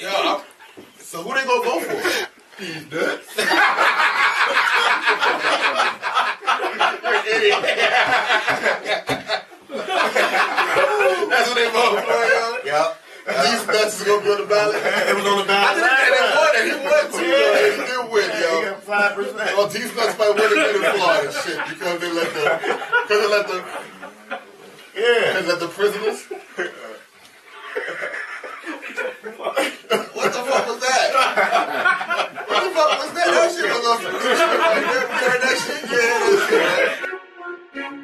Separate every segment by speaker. Speaker 1: Yeah. I- So who they gonna go for? These nuts. That's what they vote for, yo.
Speaker 2: Yep.
Speaker 1: These nuts is gonna be on the ballot.
Speaker 2: It was on the
Speaker 1: I
Speaker 2: ballot.
Speaker 1: didn't think they won it. He won two. Yeah. He did win, yo.
Speaker 2: You got five percent.
Speaker 1: Well, these nuts might win again in Florida, shit, because they let the, because they let the,
Speaker 2: Yeah.
Speaker 1: they let the prisoners. what the fuck was that? What the fuck was that? That shit was on some new shit. Like, you ever heard that shit? Yeah, that shit, man.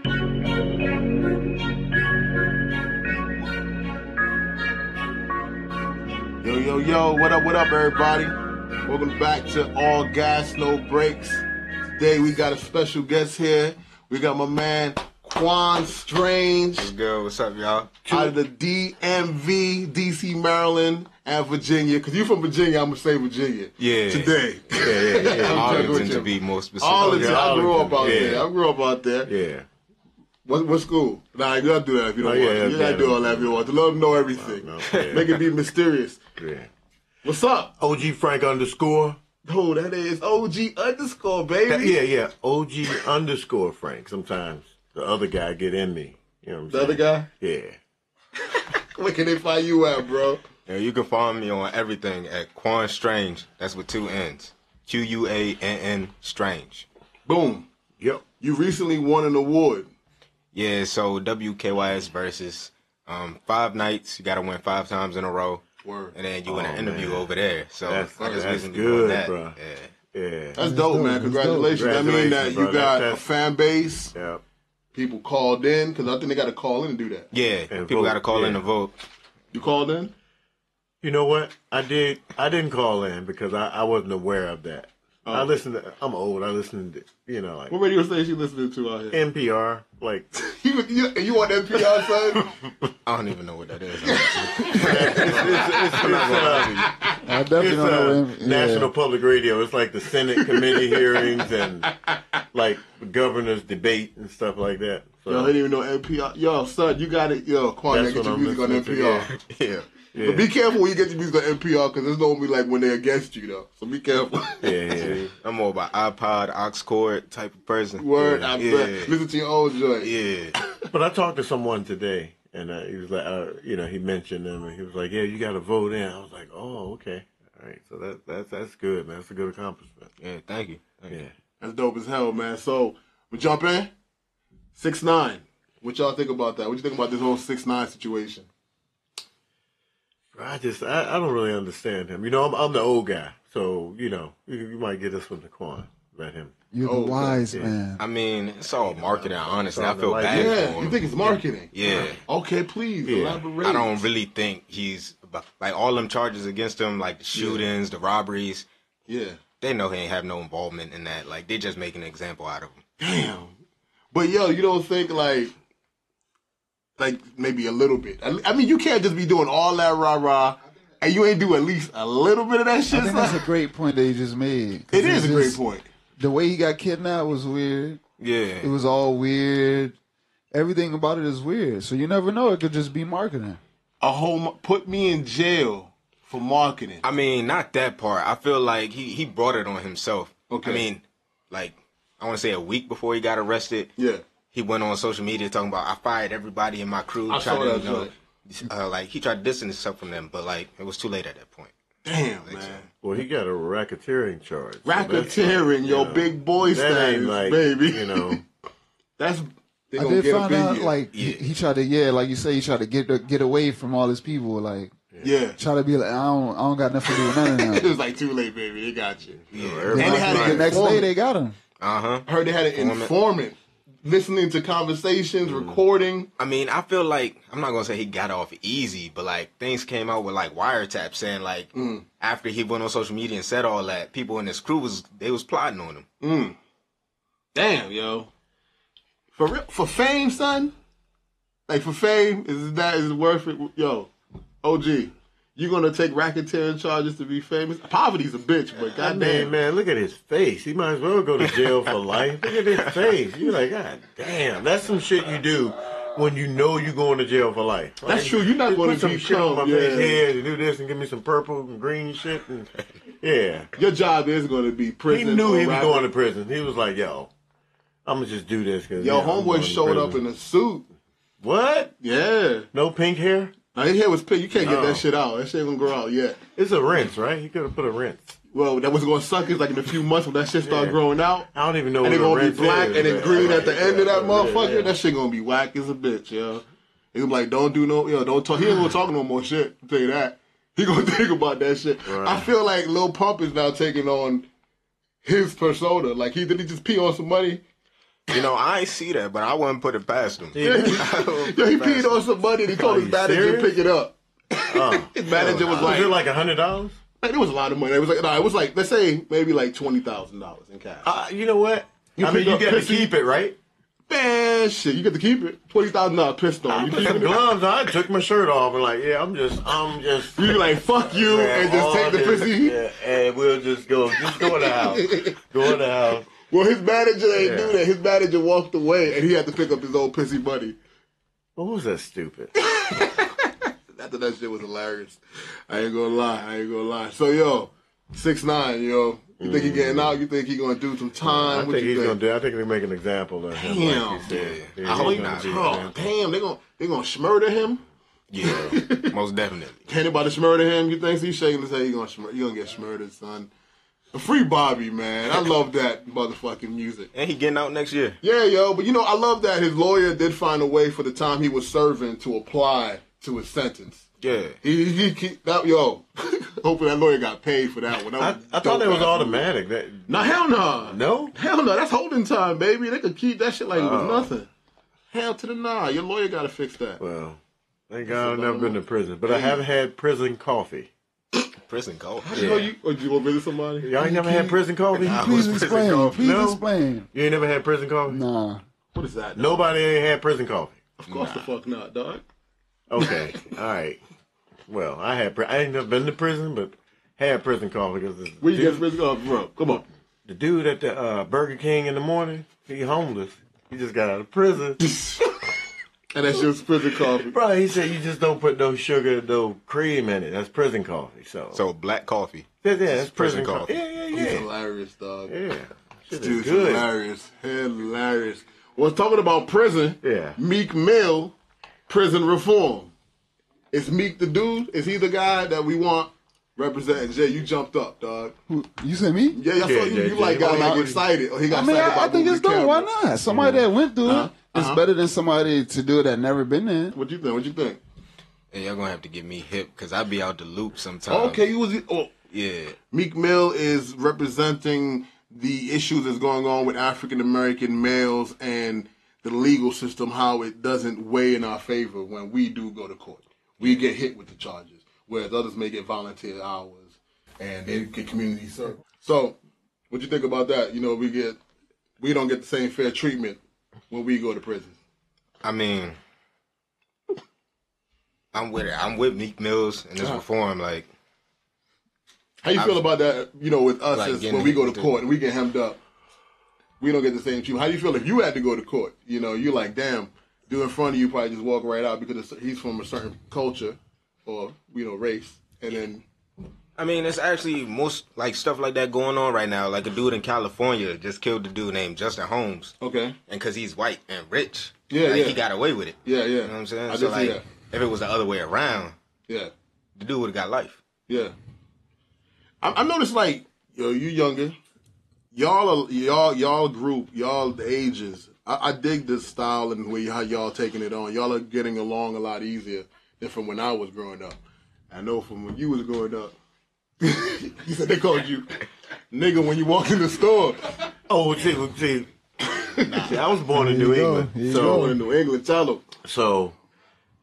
Speaker 2: Yo, yo, yo, what up, what up, everybody? Welcome back to All Gas, No Breaks. Today we got a special guest here. We got my man Quan Strange
Speaker 3: Good. What's up, y'all?
Speaker 2: out of the DMV, DC, Maryland, and Virginia. Because you from Virginia, I'm going to say Virginia.
Speaker 3: Yeah.
Speaker 2: Today.
Speaker 3: Yeah, yeah, yeah.
Speaker 2: I'm joking with
Speaker 3: Arlington
Speaker 2: you.
Speaker 3: to be more specific.
Speaker 2: Arlington,
Speaker 3: Yeah,
Speaker 2: I grew up out
Speaker 3: Yeah.
Speaker 2: there. I grew up out there.
Speaker 3: Yeah.
Speaker 2: What, what school? Nah, you gotta do that if you don't
Speaker 3: yeah,
Speaker 2: want to.
Speaker 3: yeah,
Speaker 2: You gotta
Speaker 3: yeah.
Speaker 2: do all that if you want to. Let them know everything.
Speaker 3: yeah.
Speaker 2: Make it be mysterious.
Speaker 3: Yeah.
Speaker 2: What's up?
Speaker 4: OG Frank underscore.
Speaker 2: Oh, that is OG underscore,
Speaker 4: Yeah,
Speaker 2: baby.
Speaker 4: yeah, yeah. OG underscore Frank. Sometimes the other guy get in me. You know what I'm
Speaker 2: The other
Speaker 4: saying?
Speaker 2: guy?
Speaker 4: Yeah.
Speaker 2: Where can they find you at, bro?
Speaker 3: Yeah, You can find me on everything at Quan Strange. That's with two N's. Q U A N N Strange.
Speaker 2: Boom.
Speaker 4: Yep.
Speaker 2: You recently won an award.
Speaker 3: Yeah. So WKYS versus um, five nights. You got to win five times in a row,
Speaker 2: Word.
Speaker 3: and then you win an
Speaker 4: Oh,
Speaker 3: interview
Speaker 4: man.
Speaker 3: over there. So
Speaker 4: That's-
Speaker 3: I just
Speaker 4: that's
Speaker 3: recently
Speaker 4: good,
Speaker 3: won that.
Speaker 4: bruh.
Speaker 3: Yeah.
Speaker 4: Yeah.
Speaker 2: That's dope, man. Congratulations.
Speaker 4: Congratulations,
Speaker 2: that means that
Speaker 4: bro.
Speaker 2: you got
Speaker 4: That's-
Speaker 2: a fan base.
Speaker 4: Yep.
Speaker 2: People called in because I think they got to call in and do that.
Speaker 3: Yeah.
Speaker 4: And
Speaker 3: People
Speaker 4: vote,
Speaker 3: got to call in
Speaker 4: yeah.
Speaker 3: to vote.
Speaker 2: You called in?
Speaker 4: You know what? I did. I didn't call in because I, I wasn't aware of that. I listened. To, I'm old. I listened. To, you know, like
Speaker 2: What radio station you listening to out here?
Speaker 4: NPR. Like
Speaker 2: you, you, you on NPR, son?
Speaker 3: I don't even know what that is.
Speaker 4: it's, uh,
Speaker 5: I definitely
Speaker 4: it's,
Speaker 5: don't know.
Speaker 4: uh,
Speaker 5: him.
Speaker 4: National Public Radio. It's like the Senate committee hearings and like governors debate and stuff like that. So,
Speaker 2: Yo, I didn't even know NPR. Yo, son, you got it. Yo, Quan,
Speaker 4: That's
Speaker 2: get
Speaker 4: what
Speaker 2: your
Speaker 4: I'm
Speaker 2: music on NPR.
Speaker 4: listening to,
Speaker 3: yeah.
Speaker 4: yeah.
Speaker 2: But be careful when you get your music on NPR because it's going to be like when they're against you, though. So be careful.
Speaker 4: yeah, yeah.
Speaker 3: I'm more of an iPod, aux cord type of person.
Speaker 2: Word,
Speaker 3: yeah.
Speaker 2: I bet.
Speaker 3: Yeah.
Speaker 2: Listen to your own joint.
Speaker 3: yeah.
Speaker 4: But I talked to someone today, and uh, he was like, uh, you know, he mentioned them, and he was like, yeah, you got to vote in. I was like, oh, okay, all right. So that that's that's good, man. That's a good accomplishment.
Speaker 3: Yeah, thank you. Thank you.
Speaker 4: Yeah.
Speaker 2: That's dope as hell, man. So, we jump in. 6 9 What y'all think about that? What you think about this whole 6 9 situation?
Speaker 4: I just I, I don't really understand him. You know, I'm I'm the old guy, so you know, you, you might get this one to Quan. Let him.
Speaker 5: You're the
Speaker 2: Oh,
Speaker 5: wise
Speaker 4: yeah.
Speaker 5: man.
Speaker 3: I mean, it's all marketing, honestly. I
Speaker 4: Something
Speaker 3: feel
Speaker 4: like
Speaker 3: bad
Speaker 4: that.
Speaker 3: for
Speaker 2: Yeah,
Speaker 3: him.
Speaker 2: you think it's marketing?
Speaker 3: yeah.
Speaker 2: Okay, please
Speaker 4: Yeah.
Speaker 2: elaborate.
Speaker 3: I don't really think he's like all them charges against him, like the shootings, the robberies.
Speaker 2: Yeah.
Speaker 3: They know he ain't have no involvement in that. Like they just making an example out of him.
Speaker 2: Damn. But yo, you don't think like, like maybe a little bit. I, I mean, you can't just be doing all that rah rah, and you ain't do at least a little bit of that
Speaker 5: I
Speaker 2: shit.
Speaker 5: think
Speaker 2: son.
Speaker 5: that's a great point that you just made. 'Cause
Speaker 2: It is
Speaker 5: it's
Speaker 2: a great
Speaker 5: just-
Speaker 2: point.
Speaker 5: The way he got kidnapped was weird.
Speaker 3: Yeah.
Speaker 5: It was all weird. Everything about it is weird. So you never know. It could just be marketing.
Speaker 2: A whole mo- put me in jail for marketing.
Speaker 3: I mean, not that part. I feel like he he brought it on himself.
Speaker 2: Okay.
Speaker 3: I mean, like I want to say a week before he got arrested.
Speaker 2: yeah,
Speaker 3: he went on social media talking about I fired everybody in my crew.
Speaker 2: I
Speaker 3: tried
Speaker 2: saw
Speaker 3: to,
Speaker 2: that
Speaker 3: you know,
Speaker 2: joint.
Speaker 3: uh, like he tried to distance himself from them, but like it was too late at that point.
Speaker 2: damn man,
Speaker 4: Well, he got a racketeering charge. So that's-
Speaker 2: racketeering your
Speaker 4: yeah.
Speaker 2: big boy
Speaker 4: That
Speaker 2: status,
Speaker 4: ain't like
Speaker 2: baby.
Speaker 4: you know.
Speaker 2: that's they
Speaker 5: I
Speaker 2: gonna
Speaker 5: did
Speaker 2: get
Speaker 5: find
Speaker 2: up in
Speaker 5: out,
Speaker 2: you.
Speaker 5: like he,
Speaker 3: Yeah.
Speaker 5: he tried to, yeah, like you say, he tried to get get away from all his people. Like
Speaker 2: yeah.
Speaker 5: try to be like, I don't, I don't got nothing to do with none of
Speaker 2: It
Speaker 5: them.
Speaker 2: was like too late, baby. They got you.
Speaker 3: Yeah.
Speaker 2: And they had
Speaker 5: the
Speaker 2: an
Speaker 5: next day,
Speaker 2: informant.
Speaker 5: they got him.
Speaker 3: Uh huh.
Speaker 2: I heard they had an
Speaker 3: Informant.
Speaker 2: informant listening to conversations,
Speaker 4: Mm.
Speaker 2: recording.
Speaker 3: I mean, I feel like I'm not gonna say he got off easy, but like things came out with like wiretaps saying like
Speaker 2: Mm.
Speaker 3: after he went on social media and said all that, people in his crew was they was plotting on him.
Speaker 2: Damn, yo. For real, for fame, son. Like for fame, is that is it worth it? Yo, OG, you gonna take racketeering charges to be famous? Poverty's a bitch, but
Speaker 4: I mean,
Speaker 2: goddamn,
Speaker 4: man, look at his face. He might as well go to jail for life. Look at his face. You're like, God damn, that's some shit you do when you know you're going to jail for life.
Speaker 2: That's true. You're not
Speaker 4: Put
Speaker 2: going to
Speaker 4: some
Speaker 2: be
Speaker 4: shit on my
Speaker 2: prone.
Speaker 4: face
Speaker 2: Yeah.
Speaker 4: here to do this and give me some purple and green shit and yeah.
Speaker 2: Your job is going to be
Speaker 4: He
Speaker 2: prison.
Speaker 4: knew
Speaker 2: or
Speaker 4: he was
Speaker 2: rapper.
Speaker 4: going to prison. He was like, "Yo, I'm gonna just do this because
Speaker 2: Yo, homeboy showed up in a suit.
Speaker 4: what?
Speaker 2: Yeah.
Speaker 4: No pink hair?
Speaker 2: Now his hair was pink. You can't get
Speaker 4: No.
Speaker 2: that shit out. That shit ain't gonna grow out yet.
Speaker 4: It's a rinse, right? He could have put a rinse.
Speaker 2: Well, that was gonna suck is like in a few months when that shit start
Speaker 4: Yeah.
Speaker 2: growing out.
Speaker 4: I don't even know.
Speaker 2: And
Speaker 4: what
Speaker 2: it's
Speaker 4: a
Speaker 2: gonna be
Speaker 4: rinse
Speaker 2: black
Speaker 4: is,
Speaker 2: and it's
Speaker 4: but-
Speaker 2: green at the
Speaker 4: Yeah,
Speaker 2: end of that
Speaker 4: yeah,
Speaker 2: motherfucker.
Speaker 4: yeah.
Speaker 2: That shit gonna be whack as a bitch, yo. It's gonna be like, don't do no, yo, don't talk. He ain't gonna talk no more shit. I'll tell you that. He gonna think about that shit.
Speaker 4: Right.
Speaker 2: I feel like Lil Pump is now taking on his persona. Like he did he just pee on some money?
Speaker 3: You know, I ain't see that, but I wouldn't put it past him.
Speaker 2: Yo, he peed on some money and he told
Speaker 4: Oh, Are
Speaker 2: his
Speaker 4: you
Speaker 2: manager
Speaker 4: serious?
Speaker 2: to pick it up.
Speaker 4: Oh.
Speaker 2: His manager was
Speaker 4: Was it
Speaker 2: like,
Speaker 4: like a hundred dollars?
Speaker 2: man, it was a lot of money. It was like, no, it was like, let's say maybe like twenty thousand dollars in cash.
Speaker 4: Uh, you know what?
Speaker 2: You
Speaker 4: I mean,
Speaker 2: picked
Speaker 4: you
Speaker 2: up
Speaker 4: got to
Speaker 2: pussy.
Speaker 4: keep it, right?
Speaker 2: Man, shit, you get to keep it. Twenty thousand dollar pistol.
Speaker 4: I
Speaker 2: You
Speaker 4: put
Speaker 2: keep
Speaker 4: some
Speaker 2: it.
Speaker 4: gloves. on. I took my shirt off and like, yeah, I'm just, I'm just.
Speaker 2: You be like, fuck you, and just
Speaker 4: all
Speaker 2: take the
Speaker 4: this-
Speaker 2: pussy.
Speaker 4: Yeah, and we'll just go, just go in the house, go in the house.
Speaker 2: Well, his manager ain't
Speaker 4: Yeah.
Speaker 2: do that. His manager walked away, and he had to pick up his old pussy buddy.
Speaker 4: What was that stupid?
Speaker 2: I thought that shit was hilarious. I ain't gonna lie. I ain't gonna lie. So yo, six nine, yo. You think he getting out? You think he gonna do some time?
Speaker 4: Mm. I
Speaker 2: What
Speaker 4: think
Speaker 2: you
Speaker 4: he's gonna do. I think they make an example of him.
Speaker 2: Damn.
Speaker 4: like you said. Yeah,
Speaker 3: I hope
Speaker 4: he's
Speaker 3: not.
Speaker 4: gonna be an
Speaker 2: Oh,
Speaker 4: example.
Speaker 2: damn, they gonna they gonna smurder him.
Speaker 3: Yeah, most definitely.
Speaker 2: Can anybody smurder him? You think so? He's shaking his head. You gonna smur- you gonna get smurdered, son. Free Bobby, man. I love that motherfucking music.
Speaker 3: And he getting out next year.
Speaker 2: Yeah, yo, but you know, I love that his lawyer did find a way for the time he was serving to apply to his sentence.
Speaker 3: Yeah.
Speaker 2: He, he, he that, yo, hopefully that lawyer got paid for that one. That
Speaker 4: I,
Speaker 2: was
Speaker 4: I thought
Speaker 2: dope
Speaker 4: that was
Speaker 2: ass.
Speaker 4: automatic. That
Speaker 2: No, hell no.
Speaker 4: no.
Speaker 2: Hell no, that's holding time, baby. They could keep that shit like it
Speaker 4: Oh.
Speaker 2: was nothing. Hell to the nah. Your lawyer got to fix that.
Speaker 4: Well, thank God I've never been to prison, but I have had prison coffee.
Speaker 3: Prison go.
Speaker 2: You know, you, or you go visit somebody?
Speaker 4: Y'all ain't never had prison coffee.
Speaker 5: Please
Speaker 3: Who's
Speaker 5: explain.
Speaker 3: physical?
Speaker 5: Please
Speaker 4: No.
Speaker 5: explain.
Speaker 4: You ain't never had prison coffee.
Speaker 5: Nah.
Speaker 2: What is that?
Speaker 4: Nobody ain't had prison coffee.
Speaker 2: Of course the fuck not, dog.
Speaker 4: Okay, all right. Well, I had pri- I ain't never been to prison, but had prison coffee because
Speaker 2: Where you
Speaker 4: dude,
Speaker 2: get risk of, bro? Come on.
Speaker 4: the dude at the uh, Burger King in the morning, he homeless. He just got out of prison.
Speaker 2: And that's just prison coffee.
Speaker 4: Bro, he said you just don't put no sugar, no cream in it. That's prison coffee. So,
Speaker 3: So black coffee.
Speaker 4: yeah, yeah, that's
Speaker 3: prison
Speaker 4: prison, coffee.
Speaker 3: coffee.
Speaker 4: Yeah,
Speaker 2: He's
Speaker 4: yeah,
Speaker 2: hilarious, dog.
Speaker 4: yeah, yeah. Shit is
Speaker 2: Dude's
Speaker 4: good.
Speaker 2: hilarious. Hilarious. Well, talking about prison,
Speaker 4: Yeah.
Speaker 2: Meek Mill, prison reform. Is Meek the dude? Is he the guy that we want representing? Jay, you jumped up, dog.
Speaker 5: Who- You said me?
Speaker 2: Yeah, I saw
Speaker 4: Yeah,
Speaker 2: you.
Speaker 4: yeah,
Speaker 2: you like
Speaker 4: yeah.
Speaker 2: got like
Speaker 4: Yeah.
Speaker 2: excited, or he got
Speaker 5: I mean,
Speaker 2: excited
Speaker 5: I,
Speaker 2: about
Speaker 5: I think it's
Speaker 2: moving
Speaker 5: dope. Why
Speaker 2: cameras.
Speaker 5: not? Somebody that went through
Speaker 2: Uh-huh.
Speaker 5: it is
Speaker 2: Uh-huh.
Speaker 5: better than somebody to do it that never been in.
Speaker 2: What you think? What you think?
Speaker 3: Hey, y'all gonna have to get me hip because I be out the loop
Speaker 5: Uh,
Speaker 3: sometimes.
Speaker 2: Okay, you was. Oh,
Speaker 3: Yeah.
Speaker 2: Meek Mill is representing the issues that's going on with African American males and the legal system, how it doesn't weigh in our favor when we do go to court. We get hit with the charges, whereas others may get volunteer hours and they get community service. So, what you think about that? You know, we get we don't get the same fair treatment when we go to prison.
Speaker 3: I mean, I'm with it. I'm with Meek Mills in this reform. Like,
Speaker 2: How you feel about that? You know, with us
Speaker 3: Like
Speaker 2: as
Speaker 3: getting
Speaker 2: when we go
Speaker 3: hit
Speaker 2: to
Speaker 3: with
Speaker 2: court and we get hemmed up, we don't get the same treatment. How do you feel if you had to go to court? You know, you like, damn, dude in front of you probably just walk right out because it's, he's from a certain culture or you know race, and then
Speaker 3: I mean, it's actually most like stuff like that going on right now. Like a dude in California just killed a dude named Justin Holmes,
Speaker 2: okay,
Speaker 3: and because he's white and rich,
Speaker 2: Yeah,
Speaker 3: like,
Speaker 2: yeah.
Speaker 3: he got away with it.
Speaker 2: yeah, yeah,
Speaker 3: You know what I'm saying?
Speaker 2: I
Speaker 3: so
Speaker 2: did see
Speaker 3: like,
Speaker 2: that.
Speaker 3: if it was the other way around,
Speaker 2: yeah,
Speaker 3: the dude would have got life.
Speaker 2: yeah. I, I noticed like yo, you younger, y'all, are, y'all, y'all group, y'all the ages. I, I dig this style and way how y'all taking it on. Y'all are getting along a lot easier than from when I was growing up. I know from when you was growing up, you said they called you nigga when you walked in the store.
Speaker 4: Oh, see, well, see, see, I was born in New
Speaker 5: you go.
Speaker 4: England,
Speaker 5: Here you
Speaker 4: so
Speaker 2: Going in New England, tell them.
Speaker 4: so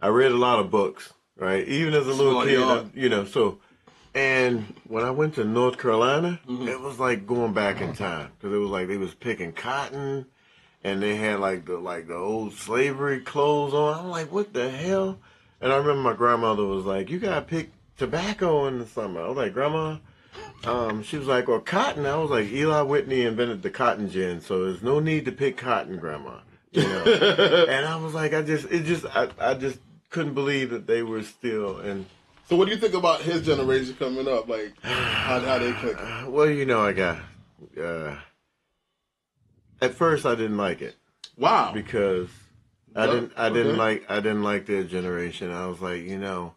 Speaker 4: I read a lot of books, right? Even as a little
Speaker 2: Smart
Speaker 4: kid, I,
Speaker 2: yard.
Speaker 4: you know. So, and when I went to North Carolina,
Speaker 2: Mm-hmm.
Speaker 4: it was like going back in time because it was like they was picking cotton, and they had like the like the old slavery clothes on. I'm like, what the hell? And I remember my grandmother was like, you gotta pick tobacco in the summer. I was like, grandma. Um, she was like, or cotton. I was like, Eli Whitney invented the cotton gin, so there's no need to pick cotton, grandma. You know? and I was like, I just, it just, I, I just couldn't believe that they were still in.
Speaker 2: So what do you think about his generation coming up? Like how, how they click?
Speaker 4: uh, Well, you know, I got. Uh, at first, I didn't like it
Speaker 2: Wow.
Speaker 4: because I
Speaker 2: Yeah,
Speaker 4: didn't, I didn't
Speaker 2: okay.
Speaker 4: like, I didn't like their generation. I was like, you know,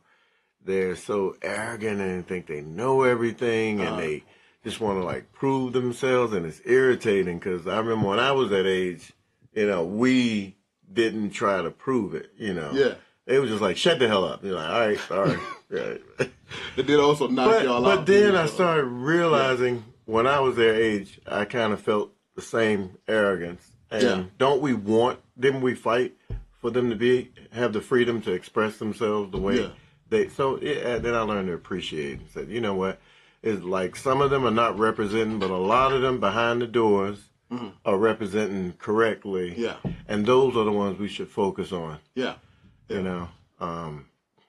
Speaker 4: they're so arrogant and think they know everything, and
Speaker 2: Uh-huh.
Speaker 4: they just want to like prove themselves, and it's irritating because I remember when I was that age, you know, we didn't try to prove it, you know.
Speaker 2: Yeah.
Speaker 4: They were just like, shut the hell up. You're like, all right, sorry. right.
Speaker 2: They did also knock
Speaker 4: but,
Speaker 2: y'all
Speaker 4: but
Speaker 2: out.
Speaker 4: then
Speaker 2: too,
Speaker 4: I
Speaker 2: so.
Speaker 4: started realizing when I was their age, I kind of felt the same arrogance. And
Speaker 2: Yeah.
Speaker 4: don't we want? Didn't we fight for them to be have the freedom to express themselves the way
Speaker 2: Yeah.
Speaker 4: they? So yeah, then I learned to appreciate and said, you know what? It's like some of them are not representing, but a lot of them behind the doors are representing correctly.
Speaker 2: Mm-hmm. Yeah.
Speaker 4: and those are the ones we should focus on.
Speaker 2: Yeah.
Speaker 4: You know, um,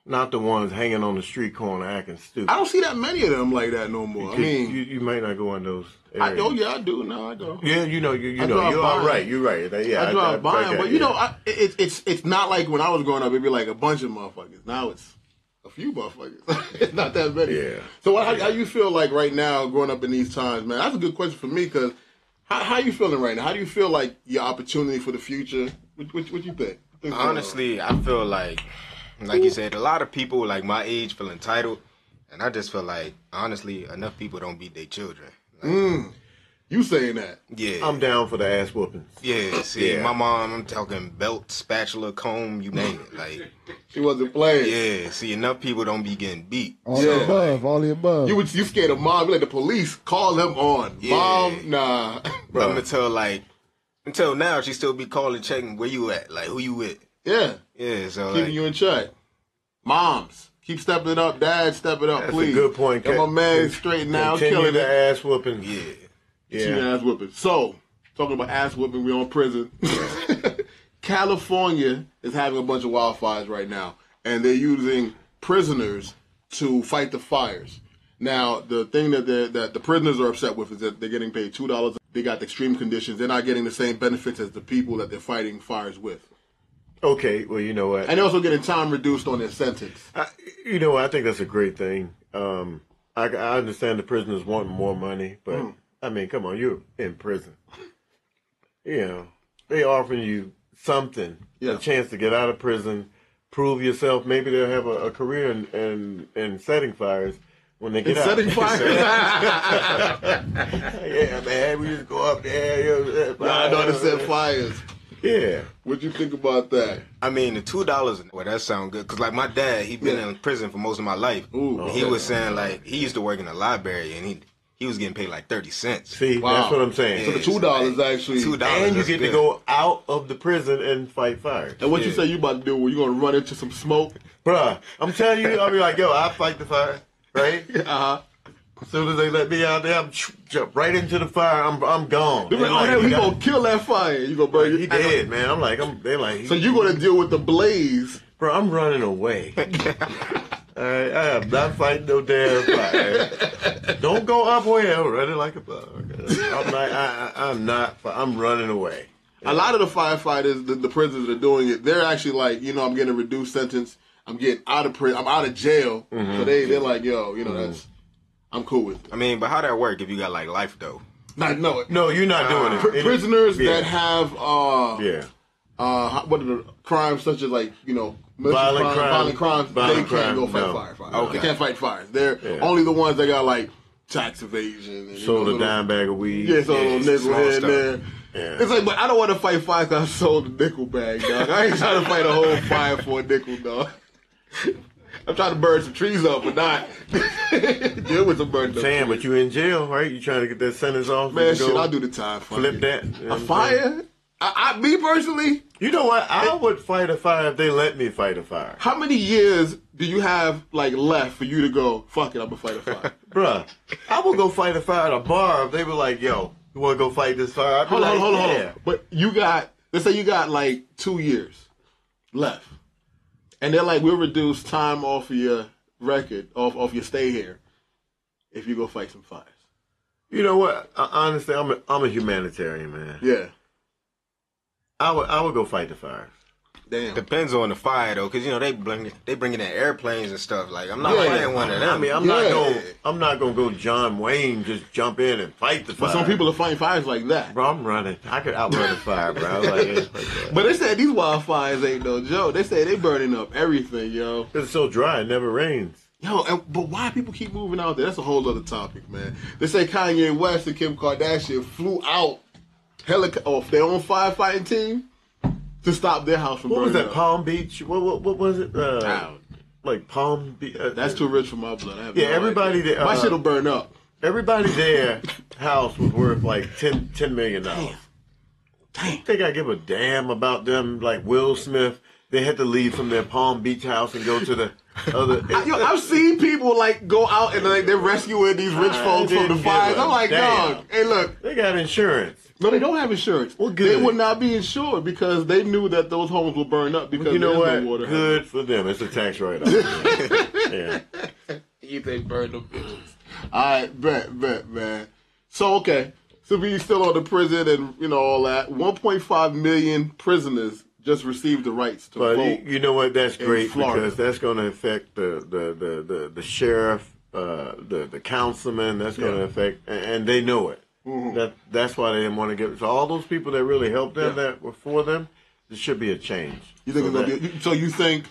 Speaker 4: not the ones hanging on the street corner acting stupid.
Speaker 2: I don't see that many of them like that no more. I
Speaker 4: You-
Speaker 2: mean,
Speaker 4: you, you might not go in those.
Speaker 2: I
Speaker 4: Areas.
Speaker 2: know. Yeah, I do. No, I do.
Speaker 4: oh, Yeah, you know, you,
Speaker 2: I
Speaker 4: you know,
Speaker 2: drive
Speaker 4: you're
Speaker 2: by.
Speaker 4: all right. You're right. Yeah,
Speaker 2: I drive by
Speaker 4: I- I-
Speaker 2: them, but you know, I, it, it's- it's it's not like when I was growing up. It'd be like a bunch of motherfuckers. Now it's a few motherfuckers. it's not that many.
Speaker 4: Yeah.
Speaker 2: So what, how, how you feel like right now, growing up in these times, man? That's a good question for me because how how you feeling right now? How do you feel like your opportunity for the future? What what, what you think? uh, What's going on?
Speaker 3: Honestly, I feel like, like you said, a lot of people like my age feel entitled, and I just feel like, honestly, enough people don't beat their children. Like,
Speaker 2: you saying that?
Speaker 3: Yeah,
Speaker 4: Mm. I'm down for the ass whoopings.
Speaker 3: yeah. See,
Speaker 4: Yeah.
Speaker 3: my mom, I'm talking belt, spatula, comb, you name it. Like,
Speaker 2: She wasn't playing.
Speaker 3: yeah. See, enough people don't be getting beat.
Speaker 4: Oh,
Speaker 5: All the above, all the above.
Speaker 2: You would you scared of mom? You Like the police call them on
Speaker 3: Yeah.
Speaker 2: mom? Nah.
Speaker 3: Up until like, until now, she still be calling, checking where you at, like who you with.
Speaker 2: yeah.
Speaker 3: Yeah, so
Speaker 2: keeping
Speaker 3: like,
Speaker 2: you in check. Moms, keep stepping it up. Dad, step it up,
Speaker 4: That's
Speaker 2: please.
Speaker 4: a good point.
Speaker 2: And my
Speaker 4: Kat.
Speaker 2: man is straight now,
Speaker 4: Continue
Speaker 2: killing
Speaker 4: the
Speaker 2: it.
Speaker 4: ass whooping.
Speaker 3: yeah,
Speaker 2: She
Speaker 4: Yeah.
Speaker 2: ass whooping. So, talking about ass whooping, we on prison. California is having a bunch of wildfires right now, and they're using prisoners to fight the fires. Now, the thing that they're- that the prisoners are upset with is that they're getting paid two dollars. They got extreme conditions. They're not getting the same benefits as the people that they're fighting fires with,
Speaker 4: Okay. Well, you know what?
Speaker 2: and they're also getting time reduced on their sentence.
Speaker 4: I, you know, I think that's a great thing. Um, I, I understand the prisoners want more money, but
Speaker 2: Mm.
Speaker 4: I mean, come on, you're in prison. You know, they offering you something,
Speaker 2: Yeah.
Speaker 4: a chance to get out of prison, prove yourself. Maybe they'll have a, a career in, in in setting fires when they get out.
Speaker 2: setting fires.
Speaker 4: yeah, man, we just go up there. Yeah, yeah,
Speaker 2: I know how to set fires.
Speaker 4: Yeah,
Speaker 2: What you think about that?
Speaker 3: I mean, the two dollars. Well, that sound good because like my dad, he been
Speaker 2: Yeah.
Speaker 3: in prison for most of my life.
Speaker 2: Ooh.
Speaker 3: And he was saying like he used to work in a library and he he was getting paid like thirty cents.
Speaker 4: see,
Speaker 2: Wow.
Speaker 4: that's what I'm saying.
Speaker 2: So the two dollars actually.
Speaker 3: Two dollars,
Speaker 4: And you get to go out of the prison and fight fire.
Speaker 2: And what you
Speaker 3: Yeah.
Speaker 2: say you about to do? Well, you gonna run into some smoke?
Speaker 4: Bruh, I'm telling you, I'll be like, yo, I fight the fire, right?
Speaker 2: Uh huh.
Speaker 4: As soon as they let me out there, I'm ch- jump right into the fire. I'm I'm gone.
Speaker 2: They're like,
Speaker 4: And
Speaker 2: oh,
Speaker 4: like,
Speaker 2: no,
Speaker 4: he
Speaker 2: he
Speaker 4: got-
Speaker 2: gonna kill that fire. You gonna burn
Speaker 4: he
Speaker 2: it.
Speaker 4: dead, man. I'm like, I'm. They like,
Speaker 2: So you gonna deal with the blaze?
Speaker 4: bro, I'm running away. All right, I am not fighting no damn fire. Don't go up where I'm running like a bug. I'm like, I, I, I'm not. fi- I'm running away.
Speaker 2: A lot of the firefighters, the, the prisoners that are doing it, they're actually like, you know, I'm getting a reduced sentence. I'm getting out of prison. I'm out of jail. So they they're like, yo, you know, that's I'm cool with. It.
Speaker 3: I mean, but how that work if you got like life though?
Speaker 2: Not no. it.
Speaker 4: No, you're not doing it.
Speaker 2: Uh, Pr-
Speaker 4: It-
Speaker 2: prisoners
Speaker 4: yeah,
Speaker 2: that have uh
Speaker 4: yeah.
Speaker 2: uh, what are the crimes such as like you know malicious
Speaker 4: Violent
Speaker 2: crime,
Speaker 4: crime.
Speaker 2: violent crimes?
Speaker 4: Violent
Speaker 2: they can't
Speaker 4: crime,
Speaker 2: go fight
Speaker 4: no.
Speaker 2: fire. fire.
Speaker 4: Okay.
Speaker 2: They can't fight fires. They're
Speaker 4: Yeah.
Speaker 2: only the ones that got like tax evasion. And,
Speaker 4: Sold
Speaker 2: you
Speaker 4: a
Speaker 2: know, little-
Speaker 4: dime bag of weed.
Speaker 2: Yeah, sold
Speaker 3: Yeah,
Speaker 2: a little nickel
Speaker 3: small
Speaker 2: here and
Speaker 3: stuff.
Speaker 2: there.
Speaker 4: Yeah.
Speaker 2: It's like, but I don't want to fight fire because I sold a nickel bag, dog. I ain't trying to fight a whole fire for a nickel, dog. I'm trying to burn some trees up, but not deal with some burning. up
Speaker 4: Damn, but
Speaker 2: trees.
Speaker 4: you in jail, right? You trying to get that sentence off?
Speaker 2: man,
Speaker 4: You go
Speaker 2: shit, I do the time. Fuck
Speaker 4: flip
Speaker 2: it.
Speaker 4: that. You know what
Speaker 2: a
Speaker 4: I'm saying?
Speaker 2: fire. I, I, me personally,
Speaker 4: You know what? I would fight a fire if they let me fight a fire,
Speaker 2: How many years do you have like left for you to go? Fuck it, I'm gonna fight a fire.
Speaker 4: bruh. I would go fight a fire at a bar if they were like, "Yo, you want to go fight this fire?" I'd be
Speaker 2: hold on,
Speaker 4: like,
Speaker 2: hold on, hold on.
Speaker 4: "Yeah."
Speaker 2: But you got let's say you got like two years left, and they're like, we'll reduce time off of your record, off off your stay here, if you go fight some fires.
Speaker 4: You know what? I, honestly, I'm a, I'm a humanitarian, man.
Speaker 2: Yeah,
Speaker 4: I would I would go fight the fires.
Speaker 2: Damn.
Speaker 3: Depends on the fire though, because you know they bring they bringing in airplanes and stuff. Like I'm not
Speaker 2: Yeah.
Speaker 3: fighting one of them.
Speaker 4: I mean, I'm
Speaker 2: Yeah.
Speaker 4: not going. I'm not going to go John Wayne just jump in and fight the fire.
Speaker 2: But some people are fighting fires like that.
Speaker 4: bro, I'm running. I could outrun the fire, bro. I'm Like, it's, like that.
Speaker 2: But they said these wildfires ain't no joke. They say they burning up everything, yo.
Speaker 4: 'Cause it's so dry, it never rains.
Speaker 2: Yo, and, but why people keep moving out there? That's a whole other topic, man. They say Kanye West and Kim Kardashian flew out helic- off their own firefighting team to stop their house from
Speaker 4: What was
Speaker 2: burning
Speaker 4: that?
Speaker 2: up.
Speaker 4: Palm Beach? What what, what was it? Uh,
Speaker 2: Wow.
Speaker 4: like Palm Beach. Uh,
Speaker 2: That's too rich for my blood. I have
Speaker 4: Yeah,
Speaker 2: no
Speaker 4: everybody
Speaker 2: idea.
Speaker 4: that,
Speaker 2: my
Speaker 4: uh,
Speaker 2: shit'll burn up.
Speaker 4: Everybody there house was worth like 10, 10 million dollars.
Speaker 2: Damn.
Speaker 4: Think I give a damn about them? Like Will Smith, they had to leave from their Palm Beach house and go to the other.
Speaker 2: I, yo, I've seen people like go out and like they're rescuing these rich
Speaker 4: I
Speaker 2: folks from the
Speaker 4: didn't give
Speaker 2: fires.
Speaker 4: a
Speaker 2: I'm like,
Speaker 4: damn.
Speaker 2: dog, hey, look,
Speaker 4: they got insurance.
Speaker 2: no, they don't have insurance.
Speaker 4: Well, good.
Speaker 2: They would not be insured because they knew that those homes would burn up because
Speaker 4: You know
Speaker 2: there's
Speaker 4: what?
Speaker 2: no water.
Speaker 4: Good for them. It's a tax write-off. yeah.
Speaker 2: You think burn them bitches. Alright, bet, bet, man. So okay. So we still on the prison and you know all that. One point five million prisoners just received the rights to
Speaker 4: But
Speaker 2: vote.
Speaker 4: you, you know what? That's
Speaker 2: in
Speaker 4: great
Speaker 2: Florida.
Speaker 4: because that's going to affect the the the the, the sheriff, uh, the the councilman. That's going to affect, and, and they know it.
Speaker 2: Mm-hmm.
Speaker 4: That that's why they didn't want to get. So all those people that really helped them, that were for them, there should be a change.
Speaker 2: You think
Speaker 4: so
Speaker 2: it's gonna
Speaker 4: that-
Speaker 2: be you- so you think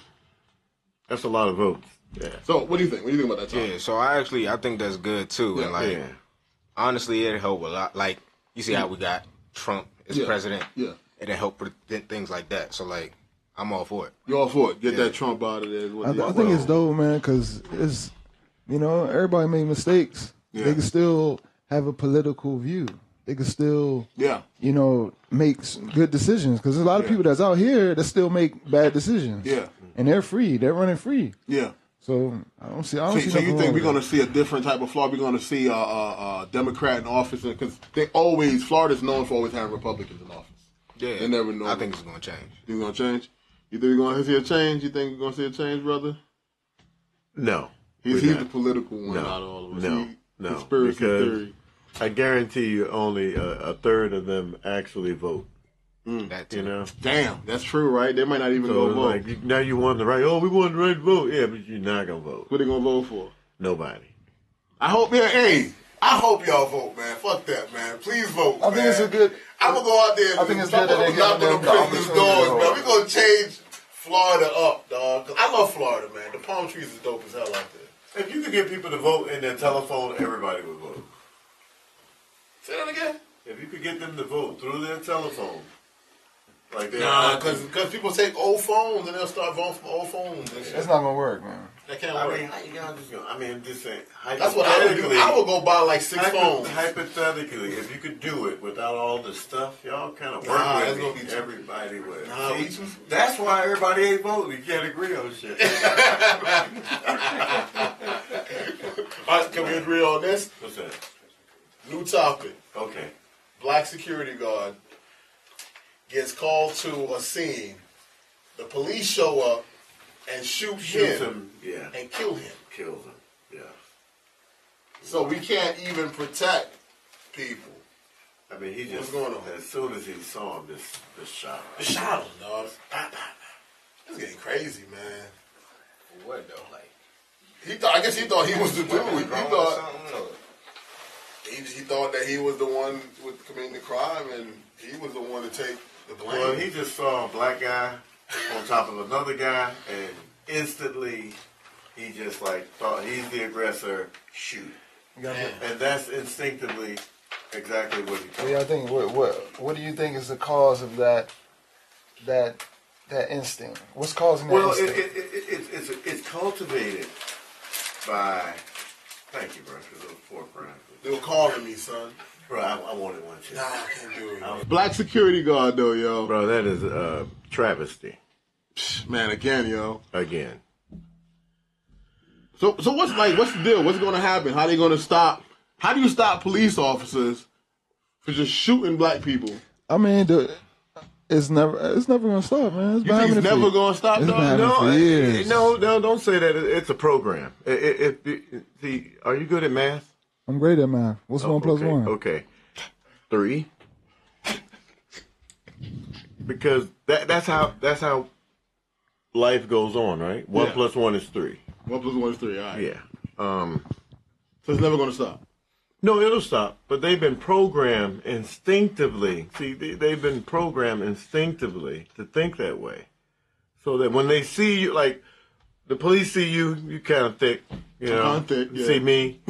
Speaker 4: That's a lot of votes. Yeah.
Speaker 2: so what do you think? What do you think about that
Speaker 3: yeah,
Speaker 2: topic?
Speaker 3: so I actually I think that's good too. and like
Speaker 4: yeah.
Speaker 3: honestly, it helped a lot. Like you see how we got Trump as
Speaker 2: Yeah.
Speaker 3: president.
Speaker 2: Yeah.
Speaker 3: It'll help with th- things like that. So like I'm all for it.
Speaker 2: You all for it. Get that Trump out of there.
Speaker 5: I, I think it's dope, man, because it's you know everybody made mistakes. They can still have a political view. They can still
Speaker 2: Yeah.
Speaker 5: you know make s- good decisions because there's a lot of people that's out here that still make bad decisions.
Speaker 2: Yeah.
Speaker 5: and they're free. They're running free.
Speaker 2: Yeah.
Speaker 5: So I don't see. I don't
Speaker 2: So,
Speaker 5: see.
Speaker 2: so you think
Speaker 5: nothing wrong
Speaker 2: we're
Speaker 5: with
Speaker 2: going to
Speaker 5: that.
Speaker 2: see a different type of Florida? We're going to see a, a, a Democrat in office because they always Florida's known for always having Republicans in office.
Speaker 3: Yeah.
Speaker 2: They never know.
Speaker 3: I think it's gonna change.
Speaker 2: You gonna change? You think we're gonna see a change? You think we're gonna see a change, brother?
Speaker 4: No.
Speaker 2: He's,
Speaker 4: we're
Speaker 2: he's
Speaker 4: not.
Speaker 2: the political one
Speaker 4: No.
Speaker 2: out of all of us.
Speaker 4: No.
Speaker 2: He-
Speaker 4: No.
Speaker 2: Conspiracy
Speaker 4: Because-
Speaker 2: theory.
Speaker 4: I guarantee you, only a, a third of them actually vote.
Speaker 2: Hmm.
Speaker 3: That too.
Speaker 4: You know.
Speaker 2: Damn, that's true, right? They might not even
Speaker 4: So
Speaker 2: go
Speaker 4: it's
Speaker 2: vote.
Speaker 4: like you- now you want the right. Oh, we want the right to vote. Yeah, but you're not gonna vote.
Speaker 2: what they gonna vote for?
Speaker 4: Nobody.
Speaker 2: I hope. Yeah, hey,
Speaker 1: I hope y'all vote, man. Fuck that, man. Please vote.
Speaker 5: I think it's a good-
Speaker 1: I'm gonna go out there. And
Speaker 5: I think it's
Speaker 1: I'm
Speaker 5: good that
Speaker 1: gonna
Speaker 5: they
Speaker 1: knock
Speaker 5: giving
Speaker 1: on the
Speaker 5: them the
Speaker 1: prisoners'
Speaker 5: opportunity
Speaker 1: doors,
Speaker 5: to
Speaker 1: man.
Speaker 5: vote.
Speaker 1: We gonna change Florida up, dog. Cause I love Florida, man. The palm trees is dope as hell out there.
Speaker 4: If you could get people to vote in their telephone, everybody would vote.
Speaker 1: Say that again.
Speaker 4: If you could get them to vote through their telephone, like they
Speaker 1: Nah, cause, cause people take old phones and they'll start voting for old phones and shit.
Speaker 5: It's not gonna work, man.
Speaker 1: That can't
Speaker 4: I
Speaker 1: work.
Speaker 4: mean, how you gonna just go? I mean, I'm just saying.
Speaker 1: That's what I would do. I would go buy like six
Speaker 4: Hypo-
Speaker 1: phones.
Speaker 4: hypothetically, if you could do it without all the stuff, y'all kind of work
Speaker 1: Nah, that's
Speaker 4: with
Speaker 1: gonna
Speaker 4: me.
Speaker 1: be too-
Speaker 4: Everybody would.
Speaker 1: Nah, we
Speaker 4: See,
Speaker 1: too-
Speaker 4: that's why everybody ain't voting. You can't agree on shit.
Speaker 1: All right, can we agree on this?
Speaker 4: What's that?
Speaker 1: New topic.
Speaker 4: Okay.
Speaker 1: black security guard gets called to a scene. The police show up and shoot
Speaker 4: Shoots
Speaker 1: him,
Speaker 4: him. Yeah.
Speaker 1: and kill him.
Speaker 4: Kills him. Yeah.
Speaker 1: So we can't even protect people.
Speaker 4: I mean, he
Speaker 1: What's
Speaker 4: just.
Speaker 1: going on?
Speaker 4: As soon as he saw him, just, just shot him.
Speaker 1: Shot him, dog. Bah, bah, bah. It's getting crazy, man.
Speaker 3: What though? Like
Speaker 1: He thought. I guess he thought he was the dude. He
Speaker 3: wrong or
Speaker 1: thought
Speaker 3: something, or-
Speaker 1: he, he thought that he was the one with committing the crime, and he was the one to take the blame.
Speaker 4: Well, he just saw a black guy on top of another guy, and instantly he just like thought he's the aggressor. Shoot, and that's instinctively exactly what he.
Speaker 6: What do y'all think? What what what do you think is the cause of that that that instinct? What's causing that
Speaker 4: Well, it,
Speaker 6: instinct?
Speaker 4: it, it, it, it's it's it's cultivated by. Thank you, bro, for those four crimes.
Speaker 1: they were calling me, son.
Speaker 4: Bro, I, I wanted one too.
Speaker 1: Nah, I can't do it.
Speaker 2: black security guard though, yo.
Speaker 4: Bro, that is uh, travesty
Speaker 2: Man, again, yo.
Speaker 4: again.
Speaker 2: So, so what's like? What's the deal? What's going to happen? How they going to stop? How do you stop police officers for just shooting black people?
Speaker 5: I mean, the, it's never. It's never gonna stop, man. It's
Speaker 2: You think
Speaker 5: been
Speaker 2: it's
Speaker 5: happening
Speaker 2: never
Speaker 5: for,
Speaker 2: going to stop?
Speaker 5: It's
Speaker 2: Dog?
Speaker 5: bad.
Speaker 2: No.
Speaker 5: No, for
Speaker 4: I-
Speaker 5: years.
Speaker 4: eh, no, no, don't say that. It- It's a program. I- I- If you- see, are you good at math?
Speaker 5: I'm great at math. What's one plus
Speaker 4: okay,
Speaker 5: one?
Speaker 4: Okay, three. because that that's how that's how life goes on, right? One
Speaker 2: Yeah.
Speaker 4: plus one is three.
Speaker 2: One plus one is three. All right.
Speaker 4: Yeah. Um,
Speaker 2: So it's never gonna stop.
Speaker 4: no, it'll stop. But they've been programmed instinctively. See, they, they've been programmed instinctively to think that way, so that when they see you, like the police see you, you kind of thick. You know,
Speaker 2: Kinda thick, yeah.
Speaker 4: see me.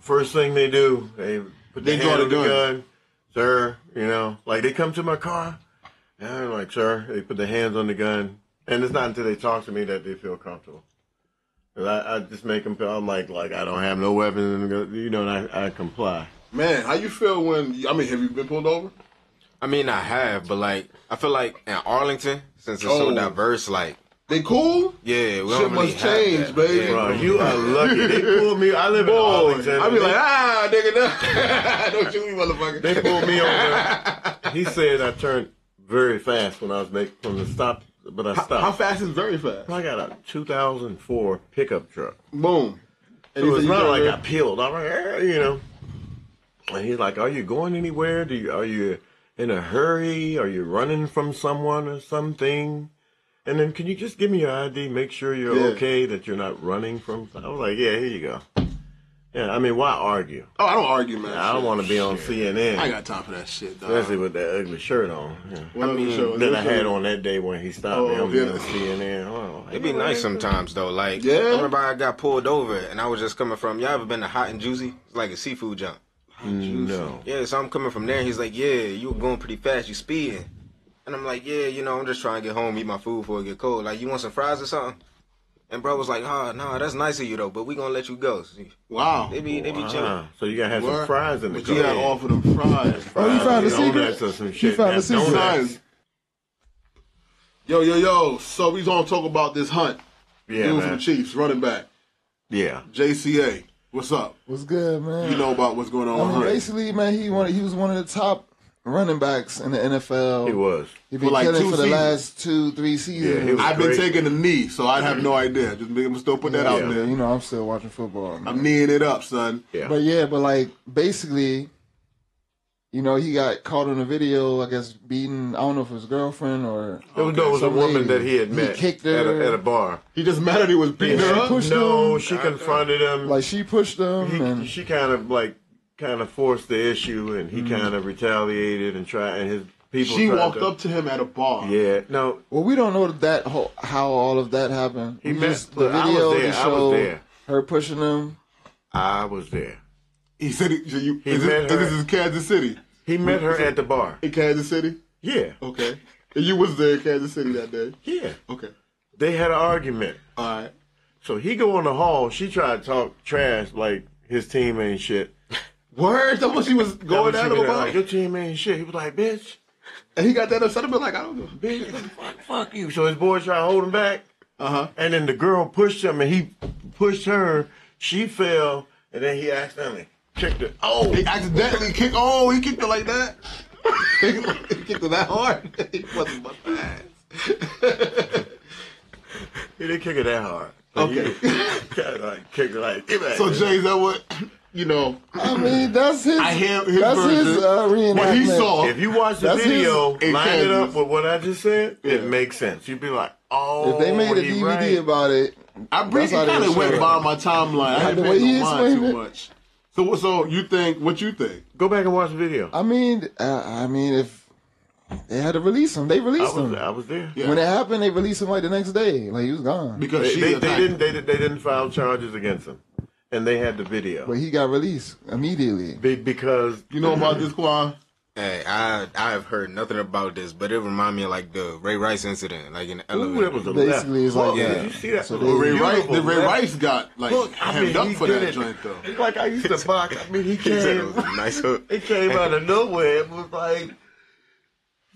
Speaker 4: First thing they do, they put
Speaker 2: They
Speaker 4: their
Speaker 2: draw
Speaker 4: hand
Speaker 2: the
Speaker 4: on the
Speaker 2: gun.
Speaker 4: gun, sir. You know, like they come to my car, and I'm like, sir. They put their hands on the gun, and it's not until they talk to me that they feel comfortable. 'Cause I, I just make them feel I'm like like I don't have no weapons, and you know, and I, I comply.
Speaker 2: Man, how you feel when? I mean, have you been pulled over?
Speaker 3: I mean, I have, but like, I feel like in Arlington, since it's
Speaker 2: Oh.
Speaker 3: so diverse, like,
Speaker 2: They cool?
Speaker 3: yeah,
Speaker 2: Shit
Speaker 3: we don't really
Speaker 2: must
Speaker 3: have
Speaker 2: change,
Speaker 3: that.
Speaker 2: baby.
Speaker 3: Yeah.
Speaker 4: Bro, you are lucky. They pulled me. I live in
Speaker 2: Boy,
Speaker 4: Arlington.
Speaker 2: I be
Speaker 4: They-
Speaker 2: like, ah, nigga, no. don't shoot me,
Speaker 4: They
Speaker 2: motherfucker.
Speaker 4: pulled me over. He said I turned very fast when I was making from the stop, but I stopped.
Speaker 2: How fast is very fast?
Speaker 4: I got a 2004 pickup truck.
Speaker 2: Boom. And
Speaker 4: It
Speaker 2: he
Speaker 4: was
Speaker 2: said,
Speaker 4: not
Speaker 2: you
Speaker 4: like I
Speaker 2: got
Speaker 4: peeled. I'm like, "Eh," you know. And he's like, "Are you going anywhere? Do you are you in a hurry? Are you running from someone or something?" And then, can you just give me your ID? Make sure you're
Speaker 2: Yeah.
Speaker 4: okay. That you're not running from. I was like, "Yeah, here you go." Yeah, I mean, why argue?
Speaker 2: Oh, I don't argue, man.
Speaker 4: I don't want to be on CNN,
Speaker 2: I ain't got time for that shit, dog.
Speaker 4: especially with that ugly shirt on. Yeah.
Speaker 2: What I mean, show?
Speaker 4: that I had on that day when he stopped me.
Speaker 2: Oh,
Speaker 4: I'm
Speaker 2: yeah.
Speaker 4: on CNN. Oh,
Speaker 3: It'd be nice sometimes though. Like
Speaker 2: Yeah?
Speaker 3: I remember I got pulled over and I was just coming from y'all ever been to hot and juicy? It's like a seafood jump.
Speaker 4: No.
Speaker 3: Yeah, so I'm coming from there and he's like, Yeah, you were going pretty fast, you speeding. And I'm like, Yeah, you know, I'm just trying to get home, eat my food before it get cold. Like, you want some fries or something? And bro was like, Oh no, that's nice of you though, but we gonna let you go. So
Speaker 2: Wow.
Speaker 3: They be they be chilling.
Speaker 4: Ah, so you gotta have
Speaker 2: Word.
Speaker 4: some fries in the
Speaker 2: But
Speaker 4: car.
Speaker 2: you got off of them fries.
Speaker 5: Oh, you found a
Speaker 4: Donuts
Speaker 5: secret?
Speaker 4: or some
Speaker 5: You
Speaker 4: shit.
Speaker 5: found
Speaker 4: Now,
Speaker 5: a secret?
Speaker 4: donuts.
Speaker 2: Son. Yo, yo, yo. So we gonna talk about this hunt.
Speaker 4: Yeah,
Speaker 2: Dude from
Speaker 4: man.
Speaker 2: the Chiefs, running back.
Speaker 4: Yeah.
Speaker 2: JCA. What's up?
Speaker 5: What's good, man?
Speaker 2: You know about what's going on
Speaker 4: Oh,
Speaker 5: I
Speaker 2: with
Speaker 5: mean,
Speaker 2: Hunt.
Speaker 5: basically, man, he wanted, he was one of the top running backs in the NFL.
Speaker 4: He was.
Speaker 5: He been
Speaker 2: For like
Speaker 5: killing
Speaker 2: two
Speaker 5: for the
Speaker 2: seasons.
Speaker 5: last two, three seasons.
Speaker 4: Yeah, he was-
Speaker 2: I've been
Speaker 4: great.
Speaker 2: taking a knee, so I have no idea. Just make, still put that out
Speaker 5: Yeah,
Speaker 2: there.
Speaker 5: You know, I'm still watching football. man.
Speaker 2: I'm kneeing it up, son.
Speaker 4: Yeah.
Speaker 5: But yeah, but like basically, you know, he got caught on a video. I guess beating. I don't know if it was girlfriend or
Speaker 4: It was, no, it was a
Speaker 5: some
Speaker 4: woman
Speaker 5: lady.
Speaker 4: that he had
Speaker 5: He
Speaker 4: met
Speaker 5: kicked
Speaker 4: at,
Speaker 5: her.
Speaker 4: a, at a bar.
Speaker 2: He just mad that he was beating
Speaker 5: Yeah.
Speaker 2: her up.
Speaker 5: Pushed
Speaker 4: no,
Speaker 5: him.
Speaker 4: she confronted him.
Speaker 5: like she pushed him
Speaker 4: he,
Speaker 5: and
Speaker 4: she kind of like kind of forced the issue, and
Speaker 5: Mm-hmm.
Speaker 4: he kind of retaliated and tried. And his people.
Speaker 2: She
Speaker 4: tried
Speaker 2: walked
Speaker 4: to-
Speaker 2: up to him at a bar.
Speaker 4: Yeah. No,
Speaker 5: Well, we don't know that whole, how all of that happened.
Speaker 4: He
Speaker 5: We
Speaker 4: met-
Speaker 5: just, the
Speaker 4: look, I was
Speaker 5: video
Speaker 4: there,
Speaker 5: to
Speaker 4: I was
Speaker 5: show
Speaker 4: there.
Speaker 5: her pushing him.
Speaker 4: I was there.
Speaker 2: He said, he, you,
Speaker 4: He
Speaker 2: is this,
Speaker 4: met her-
Speaker 2: this is Kansas City.
Speaker 4: He met her at the bar.
Speaker 2: In Kansas City?
Speaker 4: Yeah.
Speaker 2: Okay. And you was there in Kansas City that day?
Speaker 4: Yeah.
Speaker 2: Okay.
Speaker 4: They had an argument.
Speaker 2: All right.
Speaker 4: So he go on the hall. She tried to talk trash like his team ain't shit.
Speaker 2: Words? That's what she was going
Speaker 4: She
Speaker 2: at
Speaker 4: be
Speaker 2: him
Speaker 4: like,
Speaker 2: about?
Speaker 4: like, Your team ain't shit. He was like, bitch,
Speaker 2: And he got that upset. I'd be like, I don't know.
Speaker 4: bitch, fuck, fuck you. So his boy tried to hold him back,
Speaker 2: Uh-huh.
Speaker 4: and then the girl pushed him, and he pushed her. She fell, and then he accidentally kicked her. Oh,
Speaker 2: He accidentally kicked. Oh, he kicked her like that. he kicked her that hard. he wasn't my ass.
Speaker 4: he didn't kick her that hard.
Speaker 2: Okay.
Speaker 4: kind of like kicked her like. "Get back
Speaker 2: so
Speaker 4: here."
Speaker 2: Jay, is that what you know?
Speaker 5: I mean, that's his.
Speaker 2: I hear his
Speaker 5: that's
Speaker 2: version.
Speaker 5: his uh, reenactment.
Speaker 2: What he saw.
Speaker 4: If you watch the
Speaker 5: That's his-
Speaker 4: video,
Speaker 2: It
Speaker 4: line it up
Speaker 2: Kansas.
Speaker 4: with what I just said, it
Speaker 2: Yeah.
Speaker 4: makes sense. You'd be like, oh,
Speaker 5: If they made a
Speaker 4: he
Speaker 5: DVD
Speaker 4: right.
Speaker 5: about it,
Speaker 2: I briefly
Speaker 5: how they
Speaker 2: kind of
Speaker 5: show
Speaker 2: went
Speaker 5: it.
Speaker 2: by my timeline. I
Speaker 5: Yeah, the
Speaker 2: didn't
Speaker 5: way
Speaker 2: pay
Speaker 5: he
Speaker 2: no mind
Speaker 5: explained
Speaker 2: too
Speaker 5: it.
Speaker 2: much. So, what- so you think? What you think?
Speaker 4: Go back and watch the video.
Speaker 5: I mean, uh, I mean, if they had to release him, they
Speaker 4: I
Speaker 5: released
Speaker 4: was,
Speaker 5: him.
Speaker 4: I was there.
Speaker 2: Yeah.
Speaker 5: When it happened, they released him like the next day. Like he was gone.
Speaker 2: Because
Speaker 4: They,
Speaker 2: she
Speaker 4: they, they
Speaker 2: attacked
Speaker 4: didn't. They, did- they didn't file charges against him, and they had the video
Speaker 5: but he got released immediately.
Speaker 4: Be- because
Speaker 2: You know about this, Quan?
Speaker 3: Hey, I I have heard nothing about this, but it remind me of like the Ray Rice incident, like in the
Speaker 4: Ooh,
Speaker 3: elevator.
Speaker 4: that was a
Speaker 5: Basically, it's
Speaker 4: left.
Speaker 5: like,
Speaker 4: Look,
Speaker 3: yeah.
Speaker 4: Did you see that?
Speaker 5: So
Speaker 2: Well,
Speaker 5: they-
Speaker 2: Ray Rice,
Speaker 4: Beautiful
Speaker 2: the Ray
Speaker 4: left.
Speaker 2: Rice got like
Speaker 4: Look, I mean,
Speaker 2: hemmed up
Speaker 4: he
Speaker 2: for
Speaker 4: did
Speaker 2: that
Speaker 4: it.
Speaker 2: joint though.
Speaker 4: It's like I used to box. I mean, he
Speaker 3: He said it was
Speaker 4: came.
Speaker 3: a nice hook.
Speaker 4: It came out of nowhere. It was like,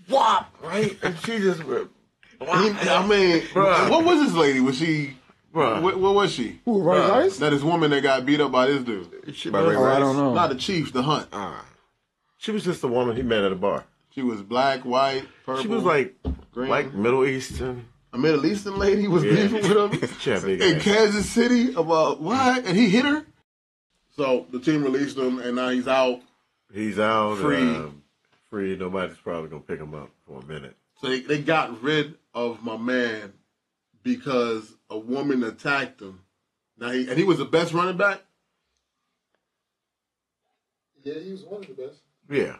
Speaker 4: whop, right? And she just, went,
Speaker 2: He,
Speaker 4: whop.
Speaker 2: I mean,
Speaker 4: Bruh.
Speaker 2: what was this lady? Was she?
Speaker 4: Bruh.
Speaker 2: What, what was she?
Speaker 5: Who, Ray Rice?
Speaker 2: That is woman that got beat up by this dude.
Speaker 4: She,
Speaker 3: By Ray
Speaker 5: Oh, I
Speaker 3: Rice.
Speaker 5: don't know.
Speaker 2: Not the Chiefs, the Hunt.
Speaker 3: Ah.
Speaker 4: she was just the woman he met at a bar.
Speaker 2: She was black, white, purple.
Speaker 4: She was like,
Speaker 2: green.
Speaker 4: like Middle Eastern.
Speaker 2: a Middle Eastern lady was
Speaker 4: Yeah.
Speaker 2: beefing with him
Speaker 4: She had big
Speaker 2: in
Speaker 4: ass.
Speaker 2: Kansas City about what? And he hit her. So the team released him, and now he's out.
Speaker 4: He's out.
Speaker 2: Free.
Speaker 4: uh, free, nobody's probably gonna pick him up for a minute.
Speaker 2: So they, they got rid of my man because a woman attacked him. Now he and he was the best running back.
Speaker 1: Yeah, he was one of the best.
Speaker 4: Yeah,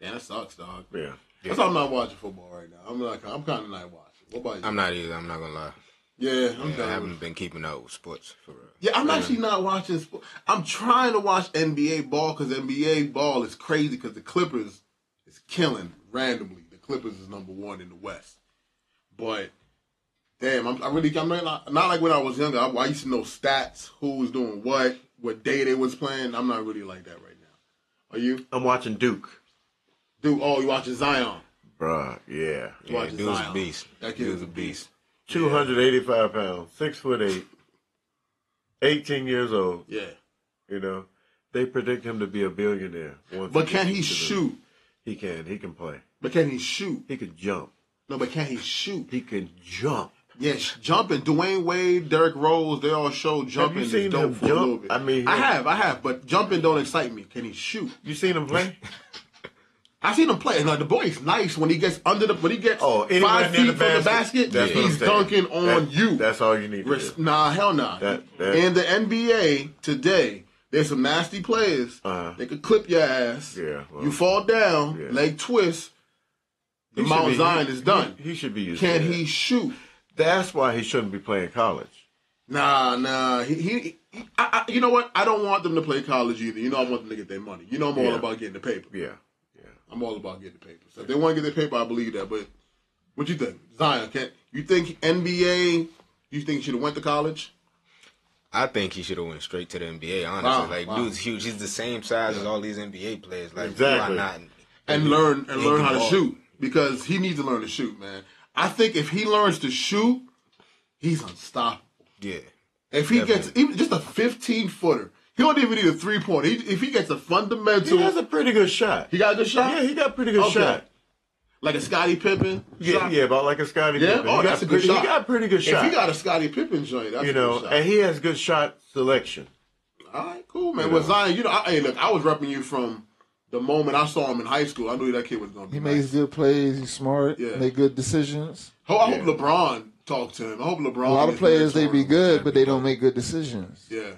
Speaker 2: Damn, that sucks, dog.
Speaker 4: yeah.
Speaker 2: That's why I'm not watching football right now. I'm not. I'm kind of not watching. What about you?
Speaker 3: I'm not either. I'm not gonna lie.
Speaker 2: yeah, I'm
Speaker 3: Yeah, I
Speaker 2: done.
Speaker 3: haven't been keeping up with sports for real.
Speaker 2: Yeah, I'm actually not watching. Sport. I'm trying to watch NBA ball because NBA ball is crazy because the Clippers is killing randomly. The Clippers is number one in the West, but damn, I'm, I really I'm not, not like when I was younger. I, I used to know stats, who was doing what, what day they was playing. I'm not really like that right now. Are you,
Speaker 4: I'm watching Duke,
Speaker 2: dude? Oh, you watching Zion?
Speaker 4: bruh. Yeah,
Speaker 2: You
Speaker 3: Yeah,
Speaker 2: watching
Speaker 3: dude's a
Speaker 2: Zion.
Speaker 3: beast.
Speaker 2: That kid
Speaker 3: Dude's
Speaker 2: is a beast.
Speaker 4: two hundred eighty-five pounds, six foot eight, 18 years old.
Speaker 2: Yeah,
Speaker 4: You know, they predict him to be a billionaire. Once
Speaker 2: but can
Speaker 4: gets
Speaker 2: he
Speaker 4: to the-
Speaker 2: shoot?
Speaker 4: He can. He can play.
Speaker 2: But can he shoot?
Speaker 4: He can jump.
Speaker 2: No, but can he shoot?
Speaker 4: He can jump.
Speaker 2: Yes, jumping. Dwayne Wade, Derrick Rose, they all show jumping
Speaker 4: you seen
Speaker 2: is dope
Speaker 4: him
Speaker 2: for a
Speaker 4: jump?
Speaker 2: little bit.
Speaker 4: I mean,
Speaker 2: I
Speaker 4: yeah.
Speaker 2: have, I have, but jumping don't excite me. Can he shoot?
Speaker 4: You seen him play?
Speaker 2: I seen him play, and like, the boy is nice when he gets under the when he gets
Speaker 4: Oh, anywhere
Speaker 2: five
Speaker 4: near
Speaker 2: feet
Speaker 4: the
Speaker 2: from the
Speaker 4: basket?
Speaker 2: basket,
Speaker 4: That's what I'm
Speaker 2: he's
Speaker 4: saying.
Speaker 2: dunking on
Speaker 4: That-
Speaker 2: you.
Speaker 4: That's all you need. To
Speaker 2: Res-
Speaker 4: do.
Speaker 2: nah, hell nah.
Speaker 4: That- that-
Speaker 2: In the NBA today, there's some nasty players.
Speaker 4: Uh-huh.
Speaker 2: They could clip your ass.
Speaker 4: Yeah, well,
Speaker 2: you fall down,
Speaker 4: yeah.
Speaker 2: leg twist. The
Speaker 4: He should
Speaker 2: Mount
Speaker 4: be-
Speaker 2: Zion
Speaker 4: he-
Speaker 2: is done.
Speaker 4: He, he should be used. to
Speaker 2: Can
Speaker 4: that.
Speaker 2: he shoot?
Speaker 4: That's why he shouldn't be playing college.
Speaker 2: Nah, nah. He, he, he- I, I, you know what? I don't want them to play college either. You know, I want them to get their money. You know, I'm all
Speaker 4: Yeah.
Speaker 2: about getting the paper.
Speaker 4: Yeah, yeah.
Speaker 2: I'm all about getting the paper. So if they want to get their paper, I believe that. But what you think, Zion? Can you think NBA? You think he should have went to college?
Speaker 3: I think he should have went straight to the NBA. Honestly,
Speaker 2: Wow,
Speaker 3: like
Speaker 2: wow.
Speaker 3: dude's huge. He's the same size as all these NBA players. Like
Speaker 4: Exactly.
Speaker 3: why not?
Speaker 2: and learn and
Speaker 3: He
Speaker 2: learn
Speaker 3: can
Speaker 2: how to
Speaker 3: ball.
Speaker 2: shoot because he needs to learn to shoot, man. I think if he learns to shoot, he's unstoppable.
Speaker 3: Yeah,
Speaker 2: If he gets
Speaker 3: Definitely.
Speaker 2: even just a 15 footer, he don't even need a three pointer. He, if he gets a
Speaker 4: He
Speaker 2: fundamental,
Speaker 4: has a pretty good shot.
Speaker 2: he got a good shot.
Speaker 4: yeah, he got a pretty good
Speaker 2: Okay.
Speaker 4: shot.
Speaker 2: like a Scottie Pippen.
Speaker 4: Yeah,
Speaker 2: shot.
Speaker 4: yeah, about like a Scotty.
Speaker 2: Yeah?
Speaker 4: Pippen.
Speaker 2: Oh,
Speaker 4: He got
Speaker 2: that's a good
Speaker 4: pretty-
Speaker 2: shot.
Speaker 4: He got a pretty good
Speaker 2: If
Speaker 4: shot.
Speaker 2: he got a Scottie Pippen joint, that's
Speaker 4: you
Speaker 2: a
Speaker 4: know,
Speaker 2: good shot.
Speaker 4: and he has good shot selection.
Speaker 2: All right, cool, man. Well, Zion, you know, I, hey, look, I was repping you from the moment I saw him in high school. I knew that kid was going to be.
Speaker 5: He
Speaker 2: nice.
Speaker 5: makes good plays. He's smart.
Speaker 2: Yeah.
Speaker 5: Make good decisions.
Speaker 2: Ho- I hope LeBron talked to him. I hope LeBron.
Speaker 5: A lot of
Speaker 2: Oh, is
Speaker 5: players they be
Speaker 2: mentoring him.
Speaker 5: good, but they don't make good decisions.
Speaker 2: Yeah,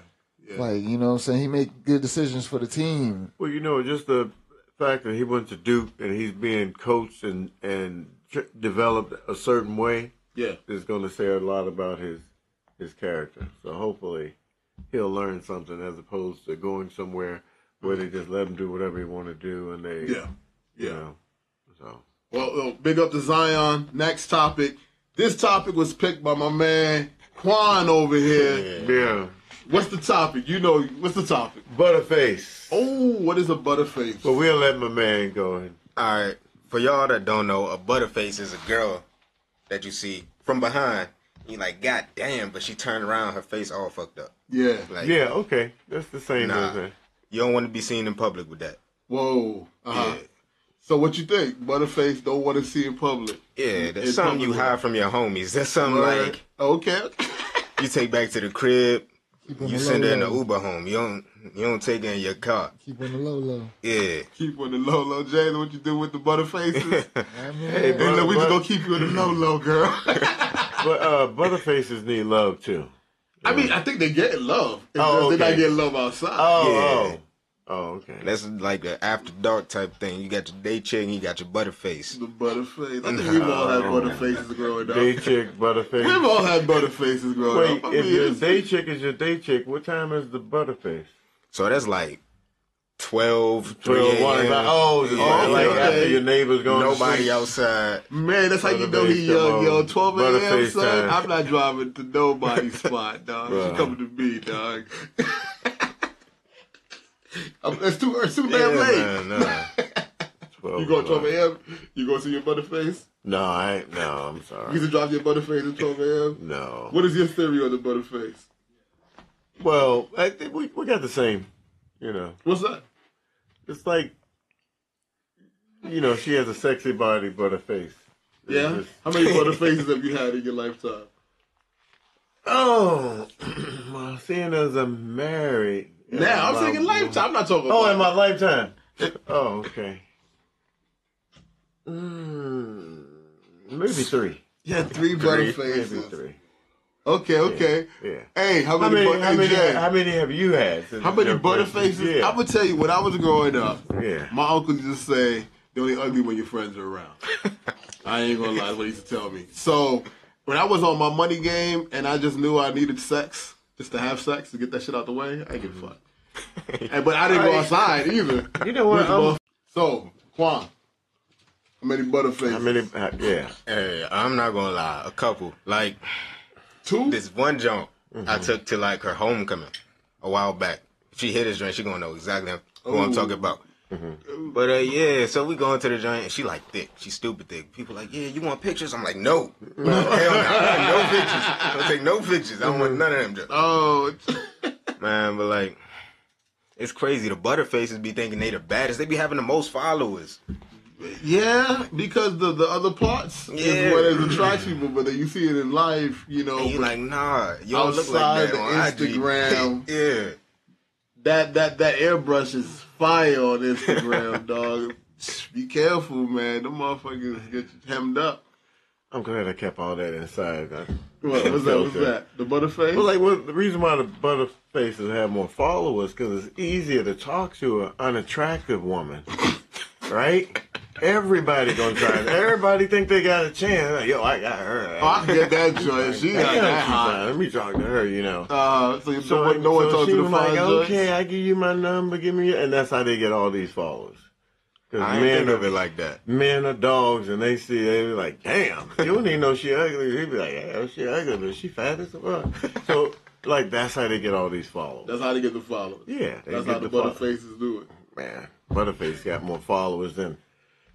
Speaker 2: yeah.
Speaker 5: Like you know, what I'm saying he make good decisions for the team.
Speaker 4: Well, you know, just the fact that he went to Duke and he's being coached and and tr- developed a certain way
Speaker 2: yeah.
Speaker 4: is going to say a lot about his his character. So hopefully, he'll learn something as opposed to going somewhere where they just let him do whatever he want to do and they
Speaker 2: Yeah.
Speaker 4: you
Speaker 2: Yeah.
Speaker 4: know, so
Speaker 2: Well, well, big up to Zion. Next topic. This topic was picked by my man Quan over here.
Speaker 4: yeah,
Speaker 2: What's the topic? You know, what's the topic?
Speaker 4: Butterface.
Speaker 2: Oh, what is a butterface?
Speaker 4: But we'll let my man go. And,
Speaker 3: All right, for y'all that don't know, a butterface is a girl that you see from behind. You like, god damn, but she turned around, her face all fucked up.
Speaker 2: Yeah.
Speaker 3: Like,
Speaker 4: yeah, okay, that's the same
Speaker 3: Nah.
Speaker 4: thing.
Speaker 3: you don't want to be seen in public with that.
Speaker 2: Whoa. Uh-huh.
Speaker 3: Yeah.
Speaker 2: So what you think? Butterface don't want to see in public.
Speaker 3: Yeah, that's
Speaker 2: In
Speaker 3: something you
Speaker 2: public.
Speaker 3: hide from your homies. That's something like
Speaker 2: okay.
Speaker 3: you take back to the crib.
Speaker 5: on
Speaker 3: You
Speaker 5: the
Speaker 3: send
Speaker 5: low
Speaker 3: her in the
Speaker 5: low.
Speaker 3: Uber home. You don't you don't take her in your car.
Speaker 5: Keep on the low low.
Speaker 3: Yeah.
Speaker 2: keep on the low low, Jalen. What you do with the butterfaces?
Speaker 5: I mean,
Speaker 2: hey,
Speaker 4: Hey,
Speaker 2: look, we just
Speaker 4: brother-
Speaker 2: gonna keep you in the low low, girl.
Speaker 4: But uh, Butterfaces need love too.
Speaker 2: I mean, I think they get love. It's
Speaker 4: Oh,
Speaker 2: just They not
Speaker 4: okay.
Speaker 2: get love outside.
Speaker 4: Oh,
Speaker 3: Yeah.
Speaker 4: oh, oh, okay.
Speaker 3: That's like the after dark type thing. You got your day chick and you got your butterface.
Speaker 2: the butterface. I think we've all had butterfaces growing up.
Speaker 4: Day chick, butterface.
Speaker 2: We've all had butterfaces growing
Speaker 4: Wait,
Speaker 2: up. I
Speaker 4: if
Speaker 2: mean,
Speaker 4: your
Speaker 2: it's-
Speaker 4: day chick is your day chick, what time is the butterface?
Speaker 3: So that's like 12, 3
Speaker 4: Twelve one.
Speaker 3: a.m.
Speaker 4: Like, oh, just
Speaker 3: Yeah,
Speaker 4: like
Speaker 2: okay.
Speaker 4: after your neighbor's going. to
Speaker 3: Nobody
Speaker 4: sleep.
Speaker 3: outside.
Speaker 2: man, that's how you know he
Speaker 4: Butterface, come
Speaker 2: young, yo.
Speaker 4: on.
Speaker 2: 12 a.m.,
Speaker 4: Butterface
Speaker 2: son.
Speaker 4: time.
Speaker 2: I'm not driving to nobody's spot, dog. She
Speaker 4: Bruh.
Speaker 2: coming to me, dog. I'm- it's too, it's too
Speaker 3: Yeah,
Speaker 2: damn late.
Speaker 3: man, nah.
Speaker 4: 12,
Speaker 2: You go at 12 a.m., you go see your butterface?
Speaker 4: No, I ain't- no, I'm
Speaker 2: You
Speaker 4: sorry.
Speaker 2: used to drive your butterface at 12 a.m.?
Speaker 4: No.
Speaker 2: What is your theory on the butterface?
Speaker 4: Well, I think we we got the same. You know,
Speaker 2: What's that?
Speaker 4: it's like, you know, she has a sexy body but a face.
Speaker 2: Yeah?
Speaker 4: It's-
Speaker 2: How many butterfaces have you had in your lifetime?
Speaker 4: Oh, well, seeing as I'm married.
Speaker 2: Now, I'm
Speaker 4: my-
Speaker 2: thinking lifetime. I'm not talking
Speaker 4: Oh,
Speaker 2: about
Speaker 4: in my lifetime. Oh, okay. Mm, maybe three.
Speaker 2: You had three
Speaker 4: Three,
Speaker 2: butter
Speaker 4: maybe
Speaker 2: faces.
Speaker 4: three.
Speaker 2: Okay, okay.
Speaker 4: Yeah.
Speaker 2: Hey, how
Speaker 4: How
Speaker 2: many?
Speaker 4: many?
Speaker 2: bu-
Speaker 4: How
Speaker 2: hey,
Speaker 4: many?
Speaker 2: Jay,
Speaker 4: How many have you had? since
Speaker 2: How many
Speaker 4: your
Speaker 2: butter
Speaker 4: birthday?
Speaker 2: faces?
Speaker 4: Yeah.
Speaker 2: I'm gonna tell you when I was growing up.
Speaker 4: Yeah.
Speaker 2: My uncle used to say they're only ugly when your friends are around. I ain't gonna lie, that's what he used to tell me. So when I was on my money game and I just knew I needed sex, just to have sex to get that shit out the way, I give a fuck. and, but I didn't go outside either.
Speaker 4: Mm-hmm. You know what? um, I'm-
Speaker 2: So Quan, how many butterfaces?
Speaker 4: How many? Uh, yeah.
Speaker 3: Hey, I'm not gonna lie, a couple. Like
Speaker 2: Two.
Speaker 3: this one jump I took to like her homecoming a while back. If she hit this joint, she gonna know exactly who I'm talking about. But uh, yeah, so we going to the joint and she like thick, she stupid thick. People like, yeah, you want pictures? I'm like, no, hell no, no pictures. Don't take no pictures. I don't want none of them. Jokes.
Speaker 2: Oh,
Speaker 3: Man, but like, it's crazy. The butterfaces be thinking they the baddest. They be having the most followers.
Speaker 2: yeah, because the, the other parts
Speaker 3: Yeah.
Speaker 2: is what is attracts people, but then you see it in life, you know.
Speaker 3: And you
Speaker 2: when-
Speaker 3: like, nah, you don't look like
Speaker 2: Outside
Speaker 3: that
Speaker 2: the
Speaker 3: on IG.
Speaker 2: Instagram.
Speaker 3: yeah.
Speaker 2: that that that airbrush is fire on Instagram, dog. Be careful, man. Them motherfuckers get you hemmed up.
Speaker 4: I'm glad I kept all that inside. I,
Speaker 2: What, what's that? What's that? The butterface?
Speaker 4: Well, like, well, the reason why the butter faces have more followers because it's easier to talk to an unattractive woman, right? Everybody gonna try. it. Everybody think they got a chance. Like, Yo, I got her.
Speaker 2: oh, I can get that joint. She
Speaker 4: Yeah,
Speaker 2: got that
Speaker 4: she's
Speaker 2: hot.
Speaker 4: like, Let me talk to her. You know.
Speaker 2: Uh, so, so what- no one
Speaker 4: so
Speaker 2: talks
Speaker 4: she
Speaker 2: to the
Speaker 4: was
Speaker 2: fine
Speaker 4: like,
Speaker 2: joints?
Speaker 4: okay, I give you my number, give me, your, and that's how they get all these followers. Because
Speaker 3: I ain't
Speaker 4: men,
Speaker 3: think of
Speaker 4: are-
Speaker 3: it like that.
Speaker 4: men are dogs, and they see, they be like, damn, you don't even know she ugly. He be like, yeah, she ugly, but she fat as fuck. So, like, that's how they get all these followers.
Speaker 2: That's how they get the followers.
Speaker 4: yeah, they
Speaker 2: That's
Speaker 4: get
Speaker 2: how the,
Speaker 4: follow-
Speaker 2: butterfaces do it.
Speaker 4: Man, Butterface got more followers than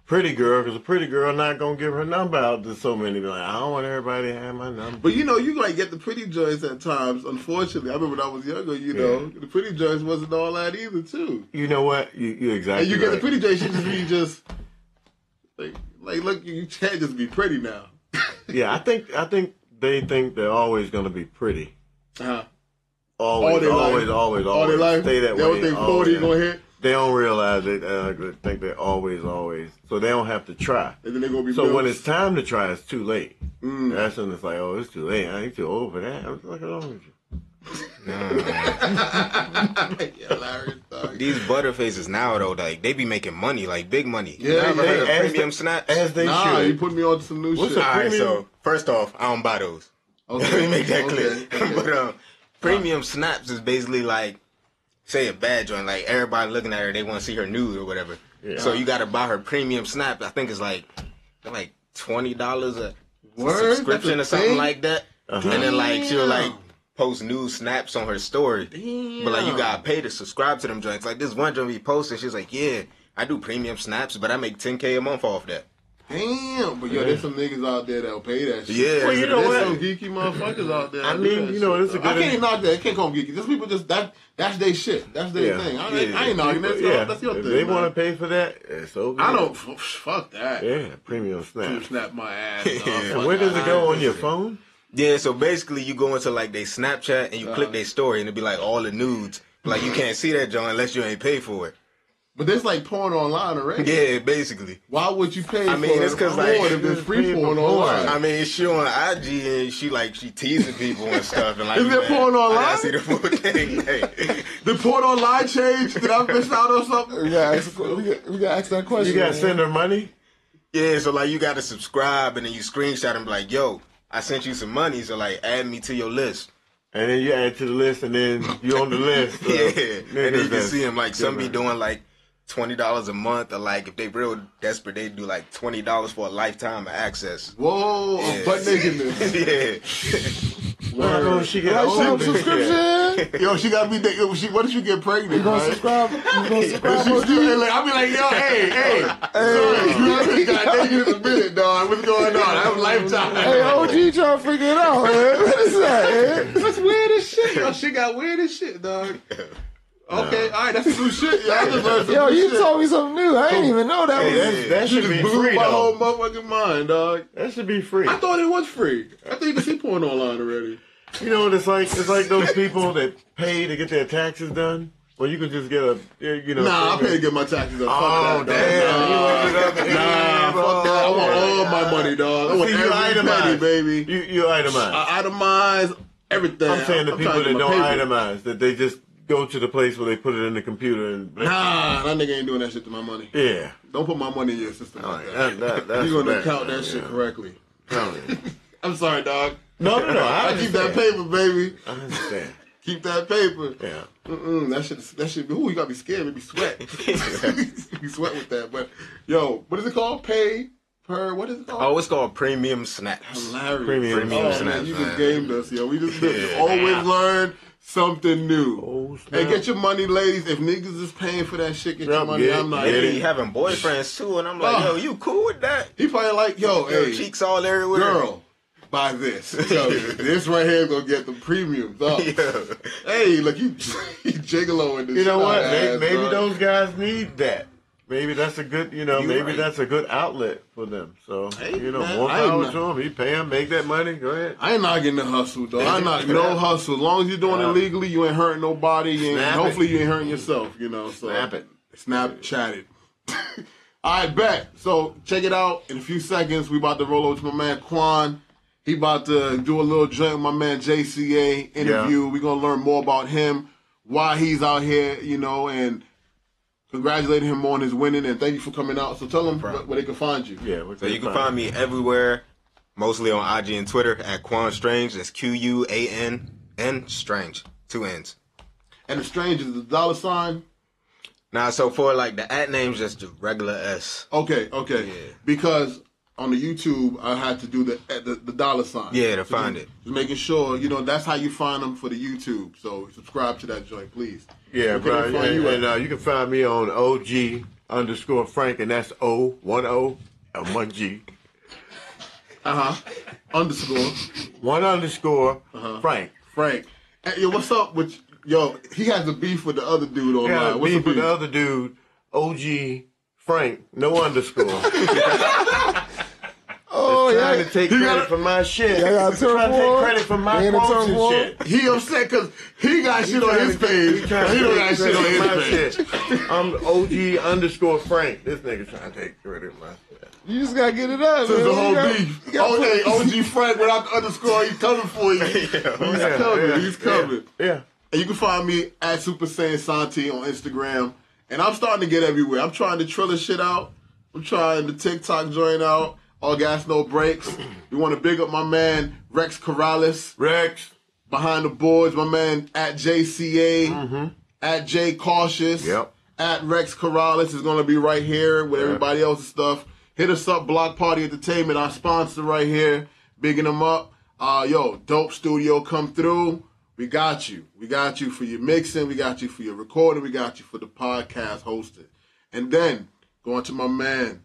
Speaker 4: Pretty Girl, because a pretty girl not gonna give her number out to so many. Be like, I don't want everybody to have my number.
Speaker 2: But you know, you like get the pretty joints at times. Unfortunately, I remember when I was younger. You know, the pretty joints wasn't all that either, too.
Speaker 4: you know what? You, you
Speaker 2: And
Speaker 4: exactly.
Speaker 2: you get the
Speaker 4: right.
Speaker 2: pretty joints, you just be just like, like look, you can't just be pretty now.
Speaker 4: Yeah, I think I think they think they're always gonna be pretty.
Speaker 2: Uh-huh.
Speaker 4: Always,
Speaker 2: All their life.
Speaker 4: always, always, always,
Speaker 2: All their life,
Speaker 4: Stay that
Speaker 2: they
Speaker 4: way. Oh,
Speaker 2: don't think 40
Speaker 4: always.
Speaker 2: gonna hit,
Speaker 4: They don't realize it. Uh, they think they're always, always. So they don't have to try.
Speaker 2: and then they're gonna be.
Speaker 4: So
Speaker 2: built.
Speaker 4: when
Speaker 2: Mm.
Speaker 4: it's time to try, it's too late. That's when it's like, oh, it's too late. I ain't too old for that. I was like, along with you.
Speaker 2: Hilarious, dog.
Speaker 3: These butterfaces now though, like they be making money, like big money.
Speaker 2: Yeah,
Speaker 3: you ever
Speaker 2: yeah.
Speaker 3: heard of
Speaker 4: As
Speaker 3: premium
Speaker 4: the-
Speaker 3: snaps?
Speaker 4: As they
Speaker 2: nah,
Speaker 4: should.
Speaker 2: you put me on to some new
Speaker 4: What's
Speaker 2: shit.
Speaker 4: up?
Speaker 3: All right, so
Speaker 4: premium-
Speaker 3: first off, I don't buy those. Let
Speaker 2: Okay,
Speaker 3: me make that clear.
Speaker 2: okay, okay.
Speaker 3: but
Speaker 4: uh,
Speaker 3: um, premium snaps is basically like, say a bad joint, like everybody looking at her, they want to see her nude or whatever. So you got to buy her premium snap. I think it's like, they're like twenty dollars a
Speaker 2: Word?
Speaker 3: subscription or
Speaker 2: That's a
Speaker 3: something
Speaker 2: thing?
Speaker 3: like that.
Speaker 4: Uh-huh.
Speaker 3: And then like she'll like post new snaps on her story, but like you gotta pay to subscribe to them joints. Like this one joint we posted, she's like, yeah, I do premium snaps, but I make ten k a month off that.
Speaker 2: Damn, but yo, there's some niggas out there that'll pay that shit.
Speaker 3: Yeah,
Speaker 4: Well, you know
Speaker 2: there's
Speaker 4: what?
Speaker 2: some geeky motherfuckers out there.
Speaker 4: I
Speaker 2: that
Speaker 4: mean,
Speaker 2: do that
Speaker 4: you know,
Speaker 2: shit,
Speaker 4: it's a
Speaker 2: though. I
Speaker 4: good-
Speaker 2: can't knock that. It can't come geeky. Just people just that. That's their shit. That's their
Speaker 4: Yeah.
Speaker 2: thing. I, ain't I ain't knocking that.
Speaker 4: Uh-huh. Yeah.
Speaker 2: That's your
Speaker 4: if
Speaker 2: thing.
Speaker 4: They
Speaker 2: man.
Speaker 4: want to pay for that. It's over.
Speaker 2: I don't. f- Fuck that.
Speaker 4: Yeah, premium snap.
Speaker 2: You snap my ass. dog.
Speaker 3: Yeah.
Speaker 2: Fuck
Speaker 4: Where does
Speaker 2: that.
Speaker 4: it go on your phone?
Speaker 3: Yeah, so basically you go into like they Snapchat and you click their story and it'll be like all the nudes. Like you can't see that John unless you ain't pay for it.
Speaker 2: But there's like porn online already.
Speaker 3: Yeah, basically.
Speaker 2: Why would you pay
Speaker 3: I mean,
Speaker 2: for
Speaker 3: it's 'cause,
Speaker 2: porn
Speaker 3: like-
Speaker 2: if there's free
Speaker 4: Pay for
Speaker 2: porn
Speaker 4: porn.
Speaker 2: online?
Speaker 3: I mean, she on IG and she like she teasing people and stuff and like.
Speaker 2: Is
Speaker 3: you
Speaker 2: there
Speaker 3: mad.
Speaker 2: porn
Speaker 3: I
Speaker 2: online?
Speaker 3: gotta see the full thing. Hey.
Speaker 2: The porn online change? Did I miss out on something?
Speaker 5: We gotta ask, we gotta, we gotta ask that
Speaker 4: You
Speaker 5: question.
Speaker 4: gotta
Speaker 5: man.
Speaker 4: send her money.
Speaker 3: Yeah, so like you gotta subscribe and then you screenshot and be like, "Yo, I sent you some money, so like add me to your list."
Speaker 4: And then you add to the list, and then you on the list.
Speaker 3: Yeah,
Speaker 4: niggas
Speaker 3: and then you can
Speaker 4: that's-
Speaker 3: see them like some be doing like twenty dollars a month or like if they real desperate they do like twenty dollars for a lifetime of access.
Speaker 2: Whoa,
Speaker 3: Yeah.
Speaker 2: I'm butt nakedness.
Speaker 3: yeah.
Speaker 4: Why don't she get
Speaker 5: Lifetime
Speaker 4: older?
Speaker 5: subscription.
Speaker 2: Yo, she gotta be naked. She, what if she get pregnant?
Speaker 5: You gonna
Speaker 2: right?
Speaker 5: subscribe? You gonna
Speaker 2: If
Speaker 5: subscribe?
Speaker 2: she
Speaker 5: OG?
Speaker 2: still, like, I be like, yo, hey, hey, hey, you got naked in a minute, dog. What's going on? That was lifetime.
Speaker 5: Hey, OG trying to figure it out, man. What is that, man?
Speaker 2: That's weird as shit. Yo, she got weird as shit, dog. Okay, all right, that's some new shit. Yo, I just learned some
Speaker 5: Yo,
Speaker 2: new
Speaker 5: you
Speaker 2: shit.
Speaker 5: told me something new. I didn't even know that
Speaker 4: Hey,
Speaker 5: was.
Speaker 4: that's- that
Speaker 2: You
Speaker 4: should
Speaker 2: just
Speaker 4: be
Speaker 2: blew
Speaker 4: free
Speaker 2: my whole
Speaker 4: though.
Speaker 2: motherfucking mind, dog.
Speaker 4: That should be free.
Speaker 2: I thought it was free. I think you can see porn online already.
Speaker 4: You know what it's like? It's like those people that pay to get their taxes done. Well, you could just get a, yeah, you know.
Speaker 2: Nah, I pay to get my taxes up.
Speaker 4: Oh,
Speaker 2: fuck that, dog.
Speaker 4: damn. You
Speaker 2: Nah.
Speaker 4: went up
Speaker 2: Nah,
Speaker 4: in the air,
Speaker 2: fuck that. I want
Speaker 4: bro.
Speaker 2: all my money, dog. I want
Speaker 4: See, you
Speaker 2: every penny,
Speaker 4: itemize,
Speaker 2: baby.
Speaker 4: You you itemize.
Speaker 2: I itemize everything.
Speaker 4: I'm saying the
Speaker 2: I'm
Speaker 4: people
Speaker 2: trying to
Speaker 4: that
Speaker 2: get
Speaker 4: don't
Speaker 2: my paper.
Speaker 4: itemize, that they just go to the place where they put it in the computer and.
Speaker 2: Nah, that nigga ain't doing that shit to my money.
Speaker 4: Yeah.
Speaker 2: Don't put my money in your system.
Speaker 4: All
Speaker 2: like
Speaker 4: right,
Speaker 2: that.
Speaker 4: Oh, that- that- that's
Speaker 2: You're gonna
Speaker 4: bad,
Speaker 2: count that
Speaker 4: man,
Speaker 2: shit
Speaker 4: yeah.
Speaker 2: correctly.
Speaker 4: Tell me.
Speaker 2: I'm sorry, dog.
Speaker 4: No, no, no.
Speaker 2: I,
Speaker 4: I,
Speaker 2: keep
Speaker 4: understand.
Speaker 2: that paper, baby.
Speaker 4: I understand.
Speaker 2: Keep that paper.
Speaker 4: Yeah.
Speaker 2: Mm-mm, that shit. That shit. Ooh, you gotta be scared. Maybe sweat. you sweat with that. But yo, what is it called? Pay per. What is it called?
Speaker 3: Oh, it's called premium snaps.
Speaker 2: Hilarious.
Speaker 4: Premium
Speaker 2: oh,
Speaker 4: snaps,
Speaker 2: man, you just
Speaker 4: man.
Speaker 2: gamed us, yo. We just always learn something new.
Speaker 4: Oh, snap.
Speaker 2: Hey, get your money, ladies. If niggas is paying for that shit, get your
Speaker 4: Yup,
Speaker 2: money.
Speaker 4: get-
Speaker 2: I'm not.
Speaker 4: get
Speaker 3: They
Speaker 4: it.
Speaker 3: be having boyfriends too, and I'm like,
Speaker 2: Oh.
Speaker 3: yo, you cool with that?
Speaker 2: He probably like, yo,
Speaker 3: Yo,
Speaker 2: hey,
Speaker 3: cheeks all everywhere.
Speaker 2: girl, buy this. Yo, this right here gonna get the premiums up.
Speaker 3: Yeah.
Speaker 2: Hey, look, he, he jiggling this.
Speaker 4: You know
Speaker 2: shit
Speaker 4: what?
Speaker 2: out of
Speaker 4: Maybe,
Speaker 2: ass,
Speaker 4: maybe
Speaker 2: dog.
Speaker 4: those guys need that. Maybe that's a good, you know,
Speaker 3: You
Speaker 4: maybe
Speaker 3: right.
Speaker 4: that's a good outlet for them. So,
Speaker 2: Hey,
Speaker 4: you know,
Speaker 2: man,
Speaker 4: more
Speaker 2: I ain't
Speaker 4: power
Speaker 2: not-
Speaker 4: to them. You pay them, make that money. Go ahead.
Speaker 2: I ain't knocking the hustle, though. I
Speaker 4: you
Speaker 2: knock
Speaker 4: for
Speaker 2: no
Speaker 4: that.
Speaker 2: hustle. As long as you're doing it
Speaker 4: Yeah.
Speaker 2: legally, you ain't hurting nobody. You ain't,
Speaker 4: Snap it.
Speaker 2: hopefully, you ain't hurting yourself. You know, so
Speaker 4: Snap it.
Speaker 2: Snap chat it. I bet. So check it out. In a few seconds, we about to roll over to my man Quan. He about to do a little joint with my man JCA interview. we gonna learn more about him, why he's out here, you know, and congratulate him on his winning and thank you for coming out. So tell them where, where they can find you.
Speaker 4: Yeah. we
Speaker 3: So you can find
Speaker 4: it.
Speaker 3: me everywhere, mostly on IG and Twitter at Quan Strange. That's Q U A N N Strange. Two N's.
Speaker 2: And the strange is the dollar sign.
Speaker 3: Now, so for like the at names, just the regular S.
Speaker 2: Okay, okay.
Speaker 3: Yeah.
Speaker 2: Because on the YouTube, I had to do the eh, the, the dollar sign.
Speaker 3: Yeah, to find
Speaker 2: just,
Speaker 3: it.
Speaker 2: Just making sure, you know, that's how you find them for the YouTube. So subscribe to that joint, please. Where
Speaker 4: Yeah,
Speaker 2: can
Speaker 4: bro.
Speaker 2: they
Speaker 4: And,
Speaker 2: find you
Speaker 4: and,
Speaker 2: at?
Speaker 4: uh, you can find me on OG underscore Frank, and that's O one O and one G
Speaker 2: Underscore
Speaker 4: one underscore Frank.
Speaker 2: Frank. Hey, yo, what's up with yo? He has a beef with the other dude online.
Speaker 4: Yeah,
Speaker 2: what's
Speaker 4: me
Speaker 2: the
Speaker 4: for
Speaker 2: beef?
Speaker 4: uh, the other dude, OG Frank, no underscore.
Speaker 5: Oh
Speaker 4: trying
Speaker 5: yeah,
Speaker 4: to take credit for my shit.
Speaker 5: Y'all
Speaker 4: trying
Speaker 5: got
Speaker 4: to
Speaker 5: turmoil?
Speaker 4: take credit for
Speaker 5: They
Speaker 4: my
Speaker 5: in a
Speaker 4: quotes and
Speaker 5: turmoil?
Speaker 4: shit.
Speaker 2: He upset because he got shit on
Speaker 4: trying
Speaker 2: his
Speaker 4: to-
Speaker 2: page.
Speaker 4: he
Speaker 2: He
Speaker 4: trying to
Speaker 2: don't
Speaker 4: take
Speaker 2: got shit
Speaker 4: credit
Speaker 2: on
Speaker 4: for my
Speaker 2: his page.
Speaker 4: shit. I'm OG underscore Frank. This nigga trying to take credit for my shit.
Speaker 5: you just gotta get it up.
Speaker 2: This is
Speaker 5: man.
Speaker 2: the
Speaker 5: You
Speaker 2: whole
Speaker 5: gotta-
Speaker 2: beef.
Speaker 5: you gotta
Speaker 2: Oh,
Speaker 5: put-
Speaker 2: hey, OG Frank without the underscore, he's coming for you. He's
Speaker 4: Yeah,
Speaker 2: coming.
Speaker 4: yeah,
Speaker 2: he's coming.
Speaker 4: Yeah. yeah.
Speaker 2: And you can find me at Super Saiyan Santi on Instagram. And I'm starting to get everywhere. I'm trying to Triller shit out. I'm trying the TikTok joint out. All gas, no breaks. We want to big up my man Rex Corrales
Speaker 4: Rex.
Speaker 2: behind the boards. My man at JCA, at J Cautious,
Speaker 4: Yep.
Speaker 2: at Rex Corrales is going to be right here with everybody else's stuff. Hit us up, Block Party Entertainment, our sponsor right here, bigging them up. Uh, yo, dope studio, come through. We got you. We got you for your mixing. We got you for your recording. We got you for the podcast hosting. And then going to my man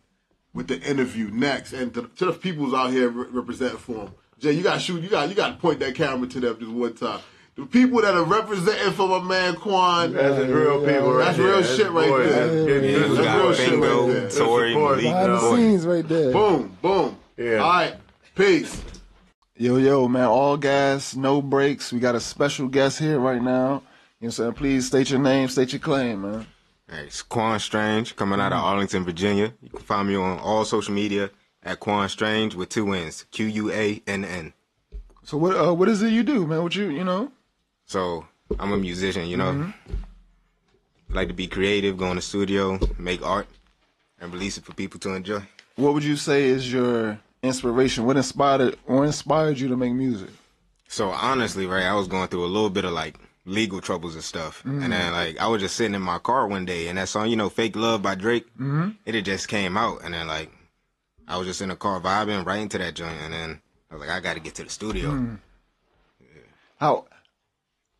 Speaker 2: with the interview next, and to, to the peoples out here re- representing for them. Jay, you got to shoot. You got you got to point that camera to them just one time. The people that are representing for my man Quan.
Speaker 4: That's his real people right
Speaker 2: That's
Speaker 4: there.
Speaker 2: real shit right
Speaker 4: boys.
Speaker 2: there.
Speaker 4: That's good-
Speaker 3: Yeah, you
Speaker 4: that's
Speaker 3: got
Speaker 4: real shit right
Speaker 3: Bingo,
Speaker 4: there. That's
Speaker 3: Tory,
Speaker 4: support.
Speaker 3: Malik,
Speaker 5: Behind the
Speaker 3: Boy.
Speaker 5: scenes, right there.
Speaker 2: Boom, boom.
Speaker 4: Yeah.
Speaker 2: All right. Peace.
Speaker 5: Yo, yo, man, all gas, no breaks. We got a special guest here right now. You know what I'm saying? Please state your name, state your claim, man.
Speaker 3: Hey, it's Quan Strange coming out of Arlington, Virginia. You can find me on all social media at Quan Strange with two N's. Q U A N N.
Speaker 5: So what uh, what is it you do, man? What you you know?
Speaker 3: So I'm a musician, you know. Like to be creative, go in the studio, make art, and release it for people to enjoy.
Speaker 5: What would you say is your inspiration? What inspired or inspired you to make music?
Speaker 3: So honestly, right, I was going through a little bit of like legal troubles and stuff, and then like I was just sitting in my car one day, and that song, you know, "Fake Love" by Drake, mm-hmm. it had just came out, and then like I was just in the car vibing right into that joint, and then I was like, I got to get to the studio.
Speaker 5: How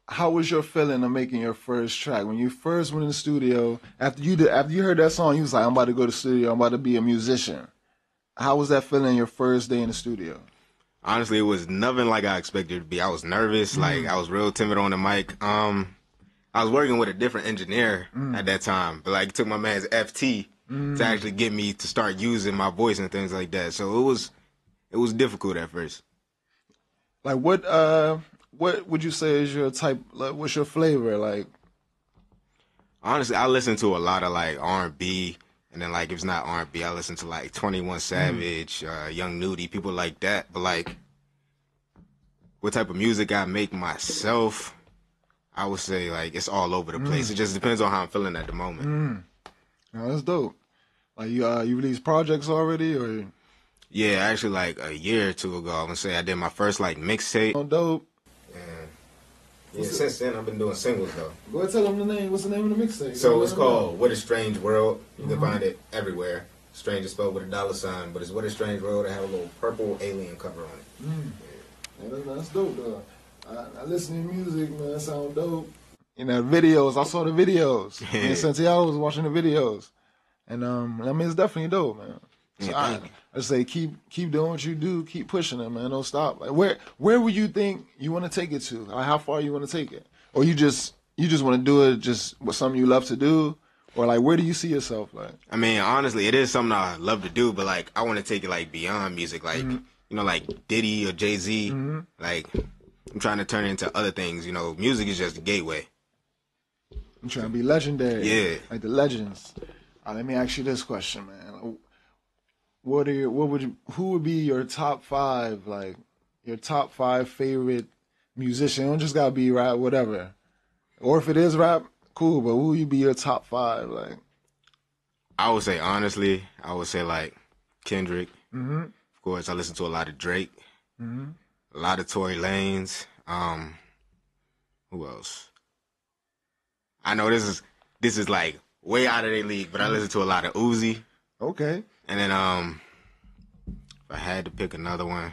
Speaker 5: how was your feeling of making your first track when you first went in the studio after you did, after you heard that song? You was like, I'm about to go to the studio. I'm about to be a musician. How was that feeling your first day in the studio?
Speaker 3: honestly, it was nothing like I expected it to be. I was nervous, like I was real timid on the mic. Um, I was working with a different engineer at that time, but like it took my man's FT to actually get me to start using my voice and things like that. So it was, it was difficult at first.
Speaker 5: Like what uh what would you say is your type? Like what's your flavor? Like
Speaker 3: honestly, I listen to a lot of like R and B, and then like if it's not R and B, I listen to like Twenty One Savage, uh, Young Nudie, people like that. But like, what type of music I make myself, I would say like it's all over the place. It just depends on how I'm feeling at the moment.
Speaker 5: No, that's dope. Like you, uh, you released projects already, or
Speaker 3: Yeah, actually, like a year or two ago, I would say I did my first like mixtape.
Speaker 5: oh, dope.
Speaker 3: Yeah, since then I've been doing singles though.
Speaker 5: Go ahead, tell them the name. What's the name of the mixtape?
Speaker 3: So it's called What a Strange World. You can find it everywhere. Strange is spelled with a dollar sign, but it's What a Strange World. I have a little purple alien cover on it.
Speaker 5: Yeah, that's, that's dope, though. I, I listen to music, man. That sound dope. You know, videos. I saw the videos. Me and Santiago was watching the videos, and um, I mean, it's definitely dope, man. So
Speaker 3: Yeah,
Speaker 5: I,
Speaker 3: thank you.
Speaker 5: I say keep keep doing what you do, keep pushing it, man. Don't stop. Like where where would you think you want to take it to? Like how far you want to take it, or you just you just want to do it just with something you love to do, or like where do you see yourself? Like
Speaker 3: I mean, honestly, it is something I love to do, but like I want to take it like beyond music, like you know, like Diddy or Jay Z. Like I'm trying to turn it into other things. You know, music is just a gateway.
Speaker 5: I'm trying to be legendary.
Speaker 3: Yeah.
Speaker 5: Like the legends. Uh, let me ask you this question, man. What are your what would you who would be your top five, like your top five favorite musician? It don't just gotta be rap, whatever. Or if it is rap, cool, but who would be your top five? Like
Speaker 3: I would say honestly, I would say like Kendrick. Of course, I listen to a lot of Drake, a lot of Tory Lanez. Um, who else? I know this is this is like way out of their league, but I listen to a lot of Uzi.
Speaker 5: okay.
Speaker 3: And then um, if I had to pick another one,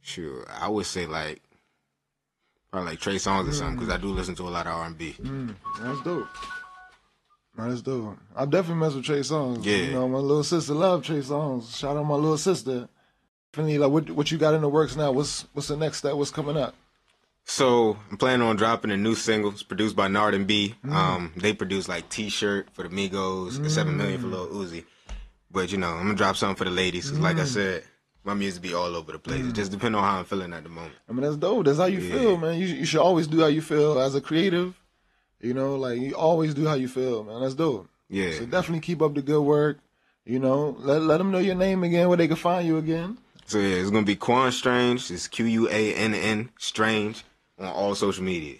Speaker 3: sure, I would say like probably like Trey Songz or something because I do listen to a lot of R and B.
Speaker 5: That's dope. Nah, That's dope. I definitely mess with Trey Songs.
Speaker 3: Yeah.
Speaker 5: You know, my little sister love Trey Songs. Shout out my little sister. Definitely like what what you got in the works now? What's what's the next step? What's coming up?
Speaker 3: So I'm planning on dropping a new single. It's produced by Nard and B.
Speaker 5: Mm.
Speaker 3: Um, they produce like T-shirt for the Migos, and Seven Million
Speaker 5: Mm.
Speaker 3: for Lil Uzi. But you know, I'm gonna drop something for the ladies. 'cause
Speaker 5: Mm.
Speaker 3: Like I said, my music be all over the place. It just depends on how I'm feeling at the moment.
Speaker 5: I mean, that's dope. That's how you feel, man. You, you should always do how you feel as a creative. You know, like you always do how you feel, man. That's dope.
Speaker 3: Yeah.
Speaker 5: So definitely keep up the good work. You know, let let them know your name again, where they can find you again.
Speaker 3: So yeah, it's gonna be Quan Strange. It's Q U A N N Strange on all social media.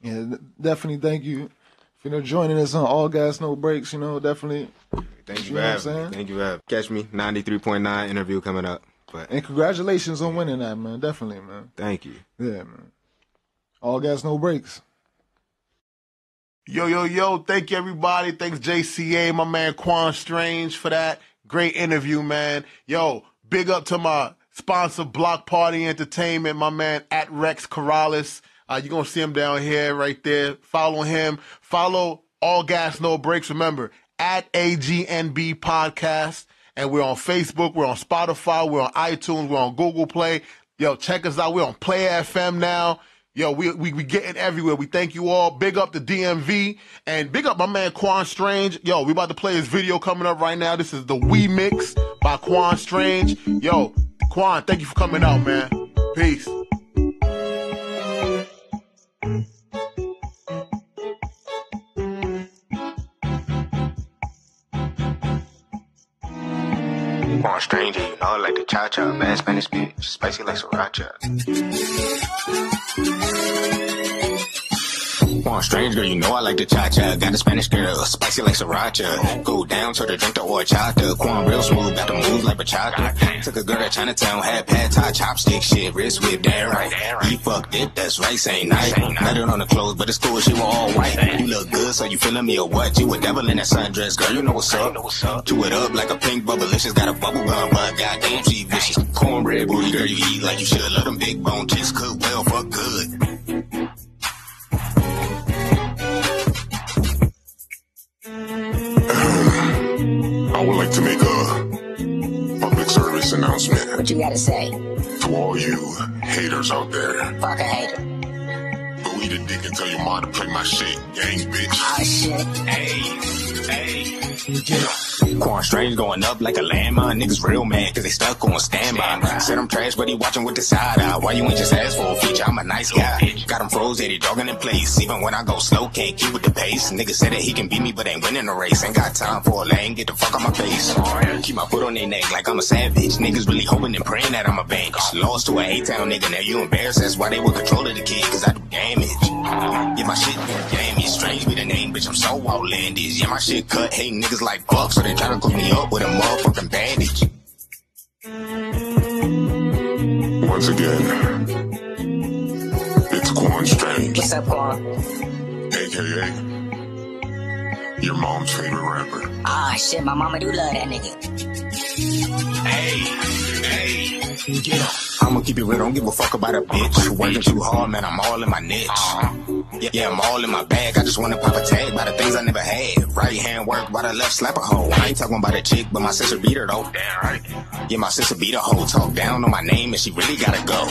Speaker 5: Yeah, th- definitely. Thank you for you know joining us on All Gas No Breaks. You know, definitely.
Speaker 3: Thank
Speaker 5: You
Speaker 3: you, for
Speaker 5: know what I'm
Speaker 3: having me.
Speaker 5: saying?
Speaker 3: Thank you for having me. Catch me 93.9 interview coming up. But
Speaker 5: And congratulations on winning that, man. Definitely, man.
Speaker 3: thank you.
Speaker 5: Yeah, man. All Gas No Breaks.
Speaker 2: Yo, yo, yo. Thank you, everybody. Thanks, JCA, my man Quan Strange, for that great interview, man. Yo, big up to my sponsor, Block Party Entertainment, my man at Rex Corrales. Uh, you're going to see him down here, right there. Follow him. Follow All Gas, No Breaks. Remember, at AGNB Podcast. And we're on Facebook, we're on Spotify, we're on iTunes, we're on Google Play. Yo, check us out. We're on Play FM now. Yo, we, we we getting everywhere. We thank you all. Big up the DMV and big up my man Quan Strange. Yo, we about to play his video coming up right now. This is the We Mix by Quan Strange. Yo, Quan, thank you for coming out, man. Peace.
Speaker 3: Quan Strange, you know, like the cha cha, bad Spanish bitch, spicy like sriracha. Quan Strange, girl, you know I like the cha cha. Got a Spanish girl, spicy like sriracha. Go down to the drink the horchata. Quan real smooth, got to move like bachata. Took a girl to Chinatown, had pad thai, chopstick shit, wrist whip, damn right. You fucked it, that's right, same night. Not it on the clothes, but it's cool, she were all white. You look good, so you feeling me or what? You a devil in that sundress, girl, you know what's up. Do it up like a pink bubble, she's got a bubble gum, but goddamn, she vicious. Cornbread booty, girl, you eat like you should. Love them big bone chicks, cook well, fuck good.
Speaker 7: I would like to make a public service announcement
Speaker 8: What you gotta say?
Speaker 7: to all you haters out there.
Speaker 8: Fuck a hater.
Speaker 7: Boo eat a dick and tell your mom to play my shit. Gang, bitch.
Speaker 8: Corn strange going up like a landmine. Niggas real mad cause they stuck on standby. Said I'm trash, but he watching with the side eye. Why you ain't just ask for a feature? I'm a nice guy. Got him froze, at he dogging in place. Even when I go slow, can't keep with the pace. Niggas said that he can beat me, but ain't winning the race. Ain't got time for a lane, get the fuck out my face. Keep my foot on their neck like I'm a savage. Niggas really hoping and praying that I'm a bank. Lost to a A-town nigga, now you embarrassed. That's why they were controlling the kid, cause I do damage. Yeah, my shit damn it's strange be the name, bitch. I'm so outlandish. Yeah, my shit cut, hate niggas like fuck, so they try to glue me up with a motherfucking bandage.
Speaker 7: Once again, it's Quan Strange. What's up, Quan? AKA, your mom's favorite rapper.
Speaker 9: Ah, shit, my mama do love that nigga.
Speaker 8: I'ma keep it real, don't give a fuck about a bitch. Working too hard, man, I'm all in my niche. Yeah, yeah, I'm all in my bag. I just wanna pop a tag by the things I never had. Right hand work, by the left slap a hoe. I ain't talking about a chick, but my sister beat her though. Damn right. Yeah, my sister beat a hoe. Talk down on my name, and she really gotta go.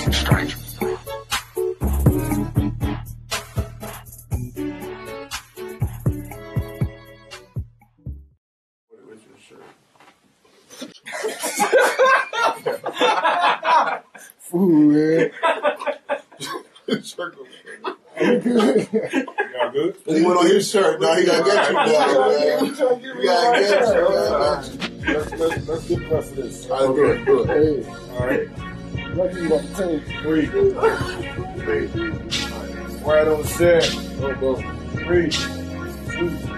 Speaker 10: Y'all good?
Speaker 1: He went on his shirt. Now he gotta get you, dog, man. You gotta get you, man.
Speaker 6: Let's, let's, let's get pressed for this.
Speaker 1: All right, do it, do it.
Speaker 6: Hey,
Speaker 10: All right.
Speaker 6: lucky you got the tape.
Speaker 10: Three. Right on the set.
Speaker 6: Oh, bro.
Speaker 10: Three. Two.